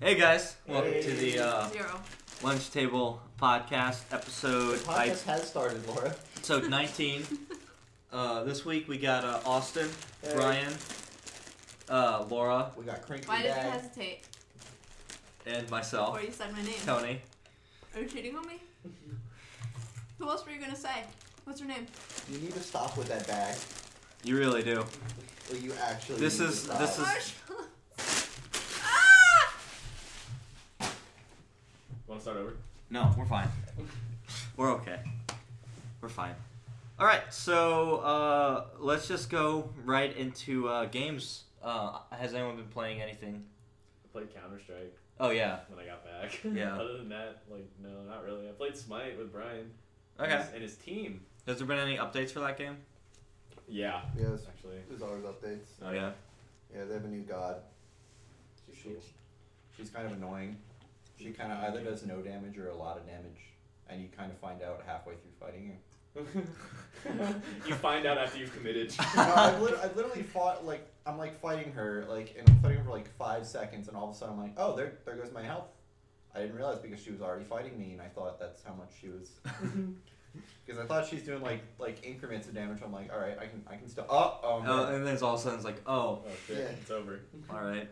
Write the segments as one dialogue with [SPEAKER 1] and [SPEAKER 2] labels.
[SPEAKER 1] Hey guys, welcome to the uh,
[SPEAKER 2] Zero.
[SPEAKER 1] Lunch Table Podcast
[SPEAKER 3] The
[SPEAKER 1] episode I,
[SPEAKER 3] podcast has started, Laura.
[SPEAKER 1] episode 19. Uh, this week we got uh, Austin,
[SPEAKER 3] Hey.
[SPEAKER 1] Brian, uh, Laura,
[SPEAKER 3] We got cranky
[SPEAKER 2] Why did you
[SPEAKER 3] dad.
[SPEAKER 2] hesitate
[SPEAKER 1] and myself,
[SPEAKER 2] before you said my name?
[SPEAKER 1] Tony.
[SPEAKER 2] Are you cheating on me? Who else were you gonna say? What's her name?
[SPEAKER 3] You need to stop with that bag.
[SPEAKER 1] You really do.
[SPEAKER 3] Or you actually.
[SPEAKER 1] This
[SPEAKER 3] need
[SPEAKER 1] is-
[SPEAKER 3] to stop.
[SPEAKER 1] this is-
[SPEAKER 2] Marshall. ah!
[SPEAKER 4] Want to start over?
[SPEAKER 1] No, we're fine. We're okay. We're fine. All right, so uh, let's just go right into uh, games. Uh, has anyone been playing anything?
[SPEAKER 4] I played Counter Strike
[SPEAKER 1] Oh yeah.
[SPEAKER 4] when I got back.
[SPEAKER 1] Yeah.
[SPEAKER 4] Other than that, like no, not really. I played Smite with Brian. And
[SPEAKER 1] Okay.
[SPEAKER 4] his, and his team.
[SPEAKER 1] Has there been any updates for that game?
[SPEAKER 4] Yeah.
[SPEAKER 3] Yes.
[SPEAKER 4] Actually.
[SPEAKER 3] There's always updates.
[SPEAKER 1] Oh yeah.
[SPEAKER 3] Yeah, they have a new god. She's kind of annoying. She kind of either does no damage or a lot of damage, and you kind of find out halfway through fighting her.
[SPEAKER 4] you find out after you've committed.
[SPEAKER 3] No, I've, lit- I've literally fought like I'm like fighting her like, and I'm fighting her for like five seconds, and all of a sudden I'm like, oh, there, there goes my health. I didn't realize because she was already fighting me, and I thought that's how much she was. Because I thought she's doing like like increments of damage. I'm like, all right, I can I can still. Oh, oh, no.
[SPEAKER 1] Oh, and then it's all of a sudden it's like, oh,
[SPEAKER 4] Oh shit!
[SPEAKER 3] Yeah.
[SPEAKER 4] It's over.
[SPEAKER 1] all right.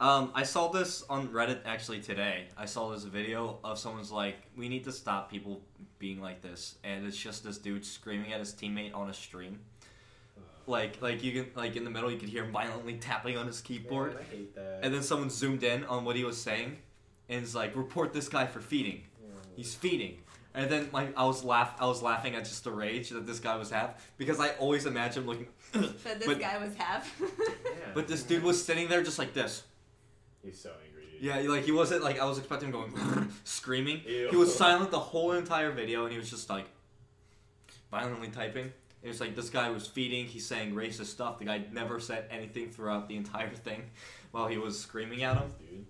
[SPEAKER 1] Um, I saw this on Reddit actually today. I saw this video of someone's like, we need to stop people being like this, and it's just this dude screaming at his teammate on a stream. Like, like you can, like in the middle, you could hear him violently tapping on his keyboard,
[SPEAKER 4] Man, I hate that.
[SPEAKER 1] and then someone zoomed in on what he was saying, and is like, report this guy for feeding. He's feeding. And then like I was laugh, I was laughing at just the rage that this guy was half because I always imagine looking.
[SPEAKER 2] Said this
[SPEAKER 1] But-
[SPEAKER 2] guy was half.
[SPEAKER 4] yeah.
[SPEAKER 1] But this dude was sitting there just like this.
[SPEAKER 4] He's so angry. Dude.
[SPEAKER 1] Yeah, like he wasn't like I was expecting him going screaming.
[SPEAKER 4] Ew.
[SPEAKER 1] He was silent the whole entire video, and he was just like violently typing. It was like this guy was feeding. He's saying racist stuff. The guy never said anything throughout the entire thing, while he was screaming at him.
[SPEAKER 4] Dude,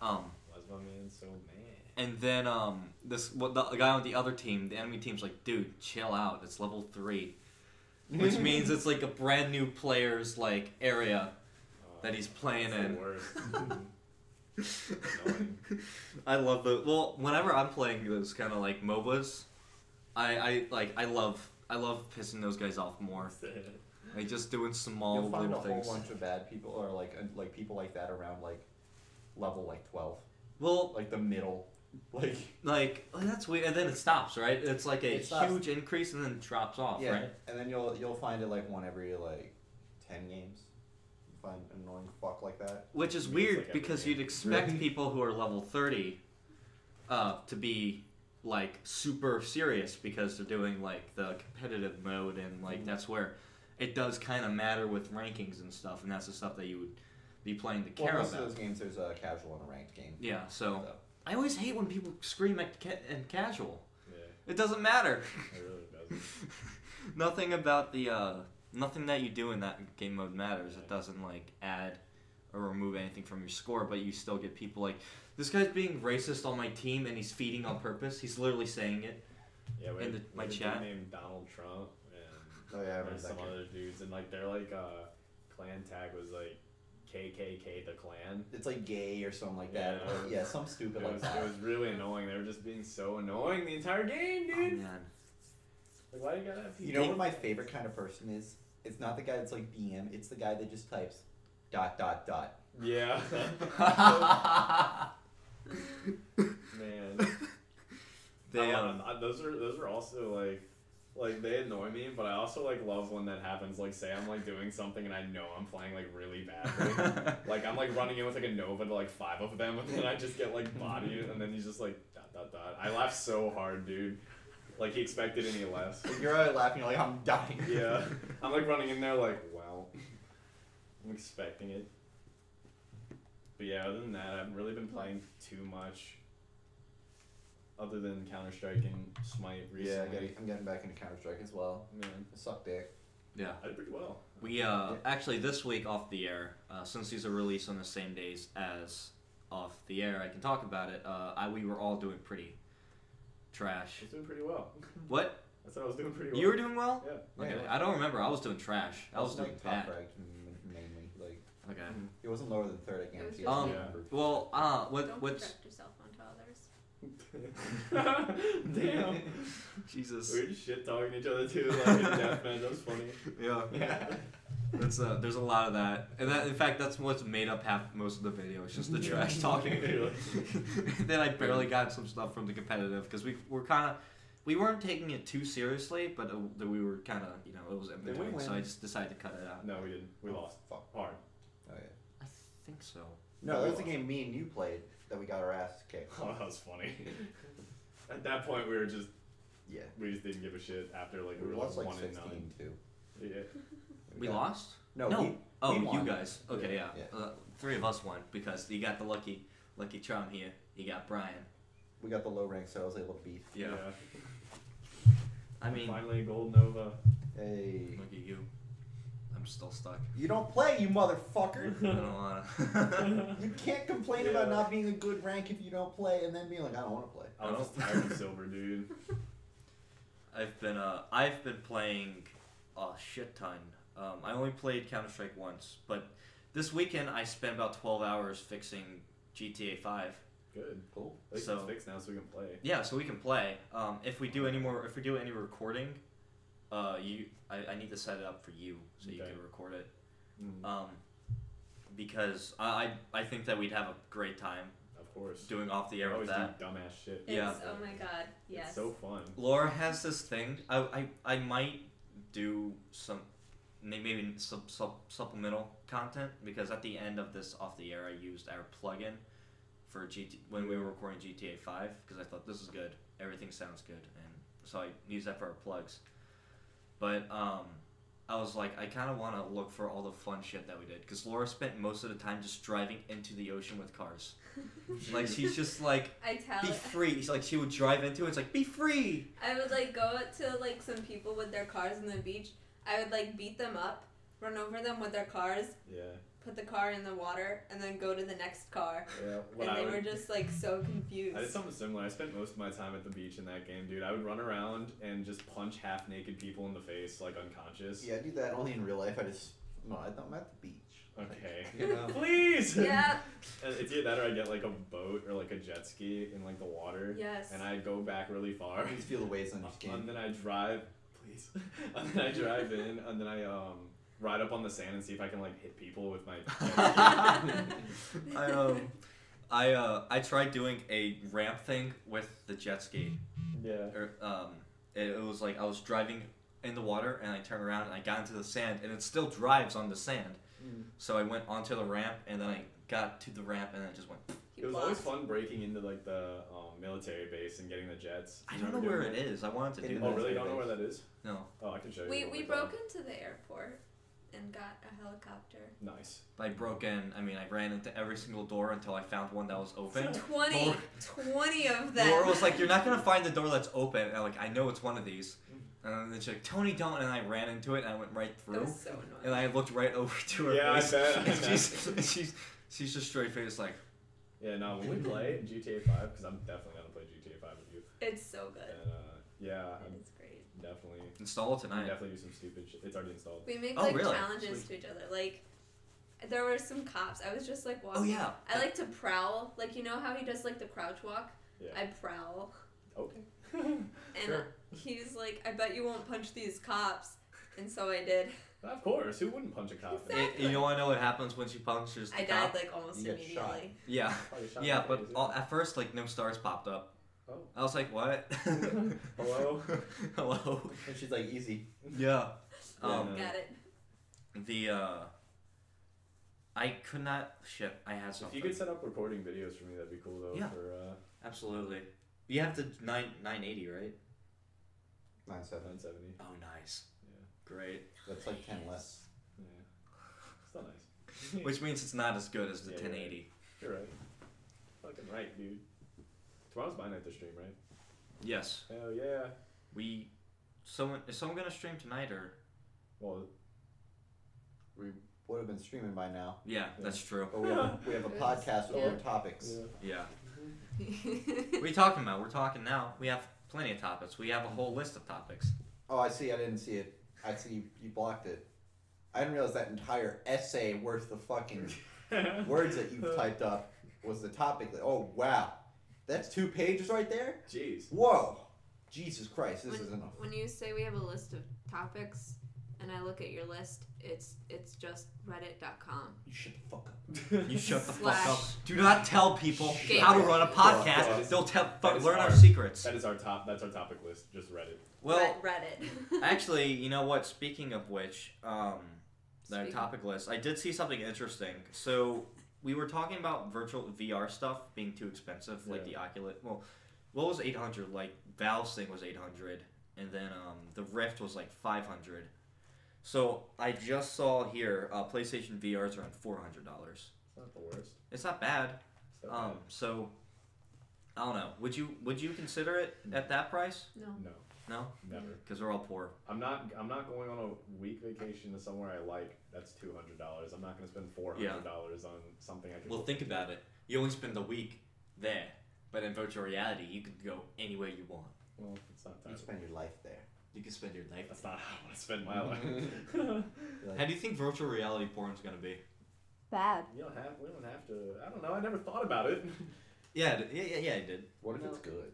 [SPEAKER 1] Um,
[SPEAKER 4] why's my man so mad?
[SPEAKER 1] and then um, this what the guy on the other team, the enemy team's like, dude, chill out. It's level three, which means it's like a brand new player's like area
[SPEAKER 4] Oh,
[SPEAKER 1] that he's playing
[SPEAKER 4] it's the
[SPEAKER 1] in.
[SPEAKER 4] worst.
[SPEAKER 1] I love the well. Whenever I'm playing those kind of like MOBAs, I, I like I love I love pissing those guys off more. Like just doing small
[SPEAKER 3] You'll find a
[SPEAKER 1] little
[SPEAKER 3] whole
[SPEAKER 1] things.
[SPEAKER 3] bunch of bad people or like uh, like people like that around like level like twelve,
[SPEAKER 1] Well,
[SPEAKER 3] like the middle, like
[SPEAKER 1] like that's weird, and then it stops, right? It's like a
[SPEAKER 3] It stops.
[SPEAKER 1] huge increase and then it drops off,
[SPEAKER 3] yeah.
[SPEAKER 1] right?
[SPEAKER 3] And then you'll you'll find it like one every like ten games. You find an annoying fuck like that.
[SPEAKER 1] Which is
[SPEAKER 4] It's
[SPEAKER 1] weird
[SPEAKER 4] like every
[SPEAKER 1] because
[SPEAKER 4] game.
[SPEAKER 1] you'd expect
[SPEAKER 3] Right.
[SPEAKER 1] people who are level thirty uh, to be like super serious because they're doing like the competitive mode and like
[SPEAKER 3] Mm-hmm.
[SPEAKER 1] that's where it does kind of matter with rankings and stuff, and that's the stuff that you would be playing to care
[SPEAKER 3] well, most
[SPEAKER 1] about.
[SPEAKER 3] of those games there's a casual and a ranked game.
[SPEAKER 1] Yeah, so
[SPEAKER 3] So.
[SPEAKER 1] I always hate when people scream at ca- and casual.
[SPEAKER 4] Yeah,
[SPEAKER 1] It doesn't matter.
[SPEAKER 4] it really doesn't.
[SPEAKER 1] nothing about the uh, nothing that you do in that game mode matters. It doesn't like add or remove anything from your score, but you still get people like this guy's being racist on my team and he's feeding on purpose. He's literally saying it.
[SPEAKER 4] Yeah, we
[SPEAKER 1] In
[SPEAKER 4] had,
[SPEAKER 1] the-
[SPEAKER 4] we
[SPEAKER 1] my
[SPEAKER 4] had a dude
[SPEAKER 1] chat.
[SPEAKER 4] named Donald Trump and
[SPEAKER 3] Oh yeah, I remember
[SPEAKER 4] there's
[SPEAKER 3] that
[SPEAKER 4] some
[SPEAKER 3] game.
[SPEAKER 4] other dudes, and like their like uh, clan tag was like KKK the clan.
[SPEAKER 3] It's like gay or something like that.
[SPEAKER 4] Yeah.
[SPEAKER 3] Or, yeah, some stupid
[SPEAKER 4] It
[SPEAKER 3] like
[SPEAKER 4] was,
[SPEAKER 3] that.
[SPEAKER 4] it was really annoying. They were just being so annoying the entire game,
[SPEAKER 1] Oh,
[SPEAKER 4] dude.
[SPEAKER 1] man.
[SPEAKER 4] Like, why you gotta have
[SPEAKER 3] Um, You know
[SPEAKER 4] people-
[SPEAKER 3] what my favorite kind of person is? It's not the guy that's like BM. It's the guy that just types dot dot dot.
[SPEAKER 4] Yeah, man.
[SPEAKER 1] they,
[SPEAKER 4] I
[SPEAKER 1] um,
[SPEAKER 4] love- I- those are those are also like. Like they annoy me, but I also like love when that happens. Like, say I'm like doing something and I know I'm playing like really
[SPEAKER 1] uh,
[SPEAKER 4] badly, Like I'm like running in with like a Nova to like five of them, and then I just get like bodied, and then he's just like dot dot dot. I laugh so hard, dude. Like he expected any less.
[SPEAKER 3] If you're already laughing, you're like, I'm dying.
[SPEAKER 4] Yeah, I'm like running in there like wow. I'm expecting it. But yeah, other than that, I haven't really been playing too much. Other than Counter Strike and Smite
[SPEAKER 3] Yeah, I
[SPEAKER 4] recently.
[SPEAKER 3] gotta- I'm getting back into Counter Strike as well.
[SPEAKER 4] Man,
[SPEAKER 3] I suck dick.
[SPEAKER 1] yeah.
[SPEAKER 4] I did pretty well.
[SPEAKER 1] We uh, actually this week off the air, uh, since these are released on the same days as off the air, I can talk about it. Uh, I, we were all doing pretty
[SPEAKER 4] I
[SPEAKER 1] trash.
[SPEAKER 4] was doing pretty well.
[SPEAKER 1] What
[SPEAKER 4] I said I was doing pretty well.
[SPEAKER 1] you were doing well?
[SPEAKER 4] Yeah.
[SPEAKER 1] Okay, I don't remember. I was doing trash. I was doing
[SPEAKER 3] like top
[SPEAKER 1] bad.
[SPEAKER 3] ranked m- mainly. Like
[SPEAKER 1] Okay.
[SPEAKER 3] It wasn't lower than third. I
[SPEAKER 2] It was
[SPEAKER 3] guarantee.
[SPEAKER 2] just
[SPEAKER 1] Um,
[SPEAKER 3] I remember.
[SPEAKER 1] Well, uh,
[SPEAKER 2] Don't
[SPEAKER 1] what, what's
[SPEAKER 2] project yourself onto others.
[SPEAKER 4] Damn.
[SPEAKER 1] Jesus?
[SPEAKER 4] We're just shit talking each other too, like in deathmatch. That was funny.
[SPEAKER 1] Yeah,
[SPEAKER 4] Yeah.
[SPEAKER 1] that's uh, there's a lot of that, and that in fact that's what's made up half most of the video. It's just the
[SPEAKER 4] Yeah.
[SPEAKER 1] trash talking.
[SPEAKER 4] Really.
[SPEAKER 1] then I barely got some stuff from the competitive because we were kind of we weren't taking it too seriously, but uh, that we were kind of you know it was in
[SPEAKER 3] Did we
[SPEAKER 1] between, so
[SPEAKER 3] win?
[SPEAKER 1] I just decided to cut it out.
[SPEAKER 4] No, we didn't. We lost
[SPEAKER 3] Fuck.
[SPEAKER 4] hard.
[SPEAKER 3] Oh, yeah.
[SPEAKER 1] I think so.
[SPEAKER 3] No, that was the game me and you played that we got our ass kicked.
[SPEAKER 4] Oh, that was funny. At that point, we were just
[SPEAKER 3] Yeah.
[SPEAKER 4] we just didn't give a shit after like we
[SPEAKER 3] We
[SPEAKER 4] were
[SPEAKER 3] lost like
[SPEAKER 4] one and
[SPEAKER 3] 16
[SPEAKER 4] nine.
[SPEAKER 3] too.
[SPEAKER 4] Yeah.
[SPEAKER 1] We
[SPEAKER 3] got-
[SPEAKER 1] lost.
[SPEAKER 3] No.
[SPEAKER 1] No.
[SPEAKER 3] we-
[SPEAKER 1] Oh,
[SPEAKER 3] We
[SPEAKER 1] you
[SPEAKER 3] won.
[SPEAKER 1] guys. Okay, yeah.
[SPEAKER 3] Yeah, yeah.
[SPEAKER 1] Uh, three of us won because you got the lucky, lucky charm here. You got Brian.
[SPEAKER 3] we got the low rank, so I was able to beat.
[SPEAKER 1] Yeah. I mean,
[SPEAKER 4] finally, Gold Nova.
[SPEAKER 3] Hey.
[SPEAKER 1] look at you. I'm still stuck.
[SPEAKER 3] You don't play, you motherfucker.
[SPEAKER 1] I don't wanna.
[SPEAKER 3] You can't complain
[SPEAKER 4] Yeah.
[SPEAKER 3] about not being a good rank if you don't play, and then being like, I don't want to play.
[SPEAKER 4] I was just tired of silver, dude.
[SPEAKER 1] I've been uh, I've been playing a shit ton. Um, I only played Counter Strike once, but this weekend I spent about twelve hours fixing GTA Five.
[SPEAKER 4] Good.
[SPEAKER 3] Cool.
[SPEAKER 4] At least
[SPEAKER 1] So-
[SPEAKER 4] it's fixed now, so we can play.
[SPEAKER 1] Yeah, so we can play. Um, if we do any more, if we do any recording, uh, you I, I need to set it up for you so you
[SPEAKER 4] Okay.
[SPEAKER 1] can record it.
[SPEAKER 4] Mm. Uh,
[SPEAKER 1] Um, because I, I I think that we'd have a great time
[SPEAKER 4] Of course.
[SPEAKER 1] doing off the air
[SPEAKER 4] always
[SPEAKER 1] with that.
[SPEAKER 4] do dumbass shit.
[SPEAKER 1] Yeah.
[SPEAKER 2] It's, oh my god, yes.
[SPEAKER 4] It's so fun.
[SPEAKER 1] Laura has this thing. I, I, I might do some may- maybe some sup supplemental content because at the end of this off the air I used our plugin for GT when we were recording GTA 5 because I thought this is good. Everything sounds good and so I used that for our plugs. But um I was like I kind of want to look for all the fun shit that we did cuz Laura spent most of the time just driving into the ocean with cars. Like she's just like
[SPEAKER 2] I tell
[SPEAKER 1] be free. She's like she would drive into it. It's like be free.
[SPEAKER 2] I would like go out to like some people with their cars on the beach. I would like beat them up, run over them with their cars,
[SPEAKER 4] Yeah.
[SPEAKER 2] put the car in the water, and then go to the next car.
[SPEAKER 4] Yeah. What
[SPEAKER 2] and
[SPEAKER 4] I
[SPEAKER 2] they
[SPEAKER 4] would,
[SPEAKER 2] were just like so confused.
[SPEAKER 4] I did something similar. I spent most of my time at the beach in that game, dude. I would run around and just punch half naked people in the face, like unconscious.
[SPEAKER 3] Yeah, I do that only in real life. I just, no, I- I'm at the beach.
[SPEAKER 4] Okay.
[SPEAKER 3] You know?
[SPEAKER 4] Please.
[SPEAKER 2] yeah.
[SPEAKER 4] And It's either that or I get like a boat or like a jet ski in like the water,
[SPEAKER 2] Yes.
[SPEAKER 4] and I go back really far.
[SPEAKER 3] You just feel the waves on your
[SPEAKER 4] And
[SPEAKER 3] skin.
[SPEAKER 4] then I drive, please. And then I drive in, and then I um ride up on the sand and see if I can like hit people with my.
[SPEAKER 1] I um, I uh, I tried doing a ramp thing with the jet ski.
[SPEAKER 4] yeah.
[SPEAKER 1] Or, um, it, it was like I was driving in the water and I turned around and I got into the sand and it still drives on the sand. So I went onto the ramp and then I got to the ramp and then it just went.
[SPEAKER 2] He
[SPEAKER 4] It was
[SPEAKER 2] lost.
[SPEAKER 4] always fun breaking into like the um, military base and getting the jets.
[SPEAKER 1] I don't know where it is. I wanted to
[SPEAKER 3] It
[SPEAKER 1] do
[SPEAKER 3] is.
[SPEAKER 4] Oh
[SPEAKER 1] that.
[SPEAKER 4] really? You Don't know where that is?
[SPEAKER 1] No,
[SPEAKER 4] Oh, I can show you.
[SPEAKER 2] We
[SPEAKER 4] when
[SPEAKER 2] we
[SPEAKER 4] we're done.
[SPEAKER 2] broke into the airport and got a helicopter.
[SPEAKER 4] Nice.
[SPEAKER 1] I broke in. I mean, I ran into every single door until I found one that was open.
[SPEAKER 2] 20,
[SPEAKER 1] Laura-
[SPEAKER 2] 20 of them.
[SPEAKER 1] Laura was like, "You're not gonna find the door that's open." And I'm like, "I know it's one of these." And then she's like, "Tony, don't!" And I ran into it and I went right
[SPEAKER 2] That
[SPEAKER 1] through.
[SPEAKER 2] was so annoying.
[SPEAKER 1] And I looked right over to her
[SPEAKER 4] Yeah, I
[SPEAKER 1] face.
[SPEAKER 4] bet, I
[SPEAKER 1] and she's,
[SPEAKER 4] bet.
[SPEAKER 1] and she's she's just straight faced like
[SPEAKER 4] Yeah. No, when we play GTA Five, because I'm definitely gonna play GTA Five with you.
[SPEAKER 2] it's so good.
[SPEAKER 4] And uh, yeah, I'm
[SPEAKER 2] It's great.
[SPEAKER 4] definitely.
[SPEAKER 1] install it
[SPEAKER 4] I
[SPEAKER 1] tonight.
[SPEAKER 4] definitely do some stupid shit. It's already installed.
[SPEAKER 2] We make
[SPEAKER 1] Oh,
[SPEAKER 2] like
[SPEAKER 1] really?
[SPEAKER 2] challenges to each other. Like there were some cops. I was just like walking.
[SPEAKER 1] Oh yeah.
[SPEAKER 2] I like to prowl. Like you know how he does like the crouch walk?
[SPEAKER 4] Yeah.
[SPEAKER 2] I prowl.
[SPEAKER 4] Okay.
[SPEAKER 2] And
[SPEAKER 4] Sure.
[SPEAKER 2] he's like, I bet you won't punch these cops. And so I did.
[SPEAKER 4] Of course. Who wouldn't punch a cop?
[SPEAKER 1] It- you know I know what happens when she punctures the
[SPEAKER 2] I died
[SPEAKER 1] cop.
[SPEAKER 2] like almost
[SPEAKER 3] You get
[SPEAKER 2] immediately.
[SPEAKER 3] shot.
[SPEAKER 1] yeah.
[SPEAKER 4] Probably shot
[SPEAKER 1] Yeah,
[SPEAKER 4] in the
[SPEAKER 1] but
[SPEAKER 4] face,
[SPEAKER 1] all, at first like no stars popped up.
[SPEAKER 4] Oh.
[SPEAKER 1] I was like, "What?
[SPEAKER 4] Hello?
[SPEAKER 1] Hello."
[SPEAKER 3] And she's like, easy.
[SPEAKER 1] Yeah.
[SPEAKER 4] Yeah.
[SPEAKER 1] Um
[SPEAKER 2] Got it.
[SPEAKER 1] the uh I could not shit. I had
[SPEAKER 4] If
[SPEAKER 1] something.
[SPEAKER 4] you could set up recording videos for me, that'd be cool though.
[SPEAKER 1] Yeah.
[SPEAKER 4] For uh,
[SPEAKER 1] Absolutely. You have the 9 980, right?
[SPEAKER 3] 9 7.
[SPEAKER 4] 970.
[SPEAKER 1] Oh, nice.
[SPEAKER 4] Yeah.
[SPEAKER 1] Great.
[SPEAKER 3] That's like 10 less.
[SPEAKER 4] Yeah. Still nice.
[SPEAKER 1] Which means it's not as good as the
[SPEAKER 4] Yeah, you're
[SPEAKER 1] 1080.
[SPEAKER 4] right. You're right. Fucking right, dude. Tomorrow's my night to stream, right?
[SPEAKER 1] Yes.
[SPEAKER 4] Hell yeah.
[SPEAKER 1] We someone is someone gonna stream tonight or
[SPEAKER 4] Well,
[SPEAKER 3] Would have been streaming by now.
[SPEAKER 1] yeah, that's true.
[SPEAKER 4] Oh.
[SPEAKER 3] But we have a, we have a
[SPEAKER 2] Yeah.
[SPEAKER 3] podcast full
[SPEAKER 2] Yeah.
[SPEAKER 3] of topics.
[SPEAKER 1] Yeah. What are you talking about? We're talking now. We have plenty of topics. We have a whole list of topics.
[SPEAKER 3] Oh, I see. I didn't see it. I see you blocked it. I didn't realize that entire essay worth the fucking words that you've typed up was the topic. That, oh wow, that's two pages right there.
[SPEAKER 4] Jeez.
[SPEAKER 3] Whoa, Jesus Christ, this
[SPEAKER 2] when,
[SPEAKER 3] is enough.
[SPEAKER 2] when you say we have a list of topics, and I look at your list, it's it's just Reddit.com.
[SPEAKER 3] You shut the fuck up.
[SPEAKER 1] You shut the fuck up.
[SPEAKER 2] Slash.
[SPEAKER 1] Do not tell people
[SPEAKER 2] Gamer.
[SPEAKER 1] how to run a
[SPEAKER 3] That
[SPEAKER 1] podcast.
[SPEAKER 4] is-
[SPEAKER 1] They'll tell,
[SPEAKER 4] that
[SPEAKER 1] fuck,
[SPEAKER 4] is
[SPEAKER 1] learn our
[SPEAKER 4] hard.
[SPEAKER 1] secrets.
[SPEAKER 4] That is our top. That's our topic list. Just Reddit.
[SPEAKER 1] Well,
[SPEAKER 2] Red- Reddit.
[SPEAKER 1] actually, you know what? Speaking of which, um, the
[SPEAKER 2] Speaking-
[SPEAKER 1] topic list, I did see something interesting. So we were talking about virtual VR stuff being too expensive, like the Oculus. Well, what was eight hundred? Like Valve's thing was eight hundred, and then um, the Rift was like five hundred. So I just saw here, uh, PlayStation VR is around four hundred dollars.
[SPEAKER 4] It's not the worst.
[SPEAKER 1] It's not bad.
[SPEAKER 4] It's not
[SPEAKER 1] Um, so I don't know. Would you would you consider it at that price?
[SPEAKER 2] no.
[SPEAKER 4] bad. no,
[SPEAKER 1] No,
[SPEAKER 4] never.
[SPEAKER 1] because we're all poor.
[SPEAKER 4] I'm not. I'm not going on a week vacation to somewhere I like. That's two hundred dollars. I'm not going to spend four hundred dollars on something I can.
[SPEAKER 1] Well, think about it. You only spend a week there, but in virtual reality, you can go anywhere you want.
[SPEAKER 4] Well, it's not
[SPEAKER 3] You
[SPEAKER 4] that.
[SPEAKER 3] spend your life there.
[SPEAKER 1] You can spend your life.
[SPEAKER 4] That's not how I want to spend my life. you
[SPEAKER 1] How do you think virtual reality porn is gonna be?
[SPEAKER 2] Bad.
[SPEAKER 4] don't have. We don't have to. I don't know. I never thought about it.
[SPEAKER 1] Yeah, it- yeah, yeah, yeah. It did.
[SPEAKER 3] What if
[SPEAKER 4] No.
[SPEAKER 3] it's good?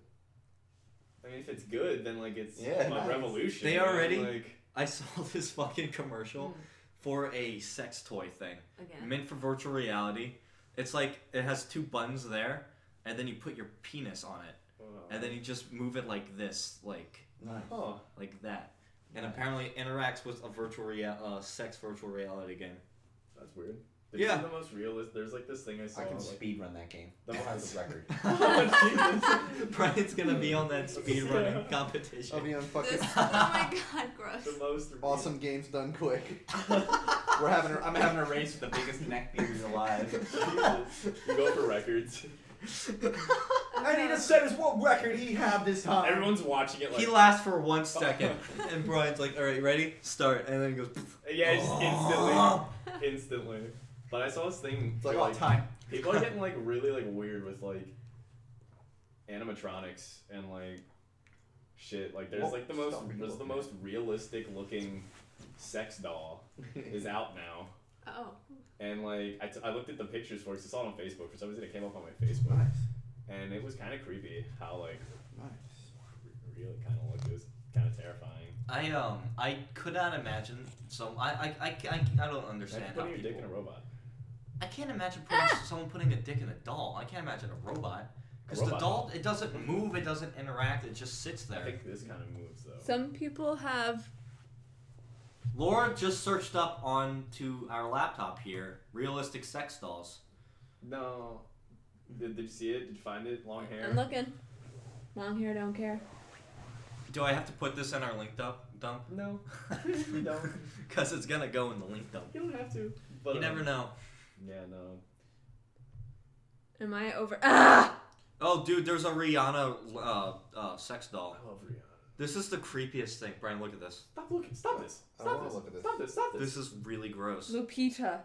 [SPEAKER 4] I mean, if it's good, then like it's
[SPEAKER 3] Yeah,
[SPEAKER 4] a
[SPEAKER 3] nice.
[SPEAKER 4] revolution.
[SPEAKER 1] They
[SPEAKER 4] you know,
[SPEAKER 1] already-
[SPEAKER 4] like
[SPEAKER 1] I saw this fucking commercial for a sex toy thing
[SPEAKER 2] Hmm. Again.
[SPEAKER 1] meant for virtual reality. It's like it has two buttons there, and then you put your penis on it,
[SPEAKER 4] wow.
[SPEAKER 1] and then you just move it like this, like
[SPEAKER 3] Nice.
[SPEAKER 4] uh, Huh.
[SPEAKER 1] like that. And
[SPEAKER 3] Yeah.
[SPEAKER 1] apparently, interacts with a virtual rea- uh, sex virtual reality game.
[SPEAKER 4] That's weird.
[SPEAKER 1] Yeah.
[SPEAKER 4] yeah. the most realist. There's like this thing I saw.
[SPEAKER 3] I can
[SPEAKER 4] like,
[SPEAKER 3] speed run that game.
[SPEAKER 4] The
[SPEAKER 3] That
[SPEAKER 4] most-
[SPEAKER 3] has a record.
[SPEAKER 1] Oh, Brian's gonna be on that speedrunning competition.
[SPEAKER 3] I'll be on fucking
[SPEAKER 2] This, oh my god, gross.
[SPEAKER 4] the most
[SPEAKER 3] awesome games done quick. We're having. A, I'm having a race with the biggest neck beard alive.
[SPEAKER 4] Jesus. You go for records.
[SPEAKER 3] I need to set his what record he have this time.
[SPEAKER 4] Everyone's watching it. Like
[SPEAKER 1] he lasts for one second, and Brian's like, "All right, ready? Start!" And then he goes.
[SPEAKER 4] yeah, just
[SPEAKER 1] Oh.
[SPEAKER 4] instantly, instantly. But I saw this thing.
[SPEAKER 3] It's like
[SPEAKER 4] too,
[SPEAKER 3] all oh, time.
[SPEAKER 4] people are getting like really like weird with like animatronics and like shit. Like there's
[SPEAKER 3] Well,
[SPEAKER 4] like the most
[SPEAKER 3] stop
[SPEAKER 4] there's the
[SPEAKER 3] looking.
[SPEAKER 4] most realistic looking sex doll is out now.
[SPEAKER 2] Oh.
[SPEAKER 4] And like I, t- I looked at the pictures for it 'cause I saw it on Facebook. For some reason, it came up on my Facebook,
[SPEAKER 3] nice,
[SPEAKER 4] and it was kind of creepy. How like
[SPEAKER 3] nice.
[SPEAKER 4] re- really kind of looked. It was kind of terrifying.
[SPEAKER 1] I um I could not imagine. So I I, I, I, I don't understand
[SPEAKER 4] Imagine
[SPEAKER 1] how
[SPEAKER 4] putting your dick in a
[SPEAKER 1] people.
[SPEAKER 4] robot.
[SPEAKER 1] I can't imagine putting someone putting a dick in a doll. I can't imagine a robot because the
[SPEAKER 4] robot.
[SPEAKER 1] doll it doesn't move, it doesn't interact, it just sits there.
[SPEAKER 4] I think this kind of moves though.
[SPEAKER 2] Some people have.
[SPEAKER 1] Laura just searched up onto our laptop here realistic sex dolls.
[SPEAKER 4] No. Did, did you see it? Did you find it? Long hair.
[SPEAKER 2] I'm looking. Long hair, don't care.
[SPEAKER 1] Do I have to put this in our link dump? dump?
[SPEAKER 4] no, you don't.
[SPEAKER 1] Because it's gonna go in the link dump.
[SPEAKER 4] You don't have to. But
[SPEAKER 1] you
[SPEAKER 4] um,
[SPEAKER 1] never know.
[SPEAKER 4] Yeah, no.
[SPEAKER 2] Am I over? Ah!
[SPEAKER 1] Oh, dude, there's a Rihanna uh, uh, sex doll.
[SPEAKER 4] I love Rihanna.
[SPEAKER 1] This is the creepiest thing. Brian, look at this.
[SPEAKER 4] Stop looking. Stop this.
[SPEAKER 3] I
[SPEAKER 4] Stop
[SPEAKER 3] wanna
[SPEAKER 4] this.
[SPEAKER 3] look at this.
[SPEAKER 4] Stop this. Stop this.
[SPEAKER 1] This is really gross.
[SPEAKER 2] Lupita,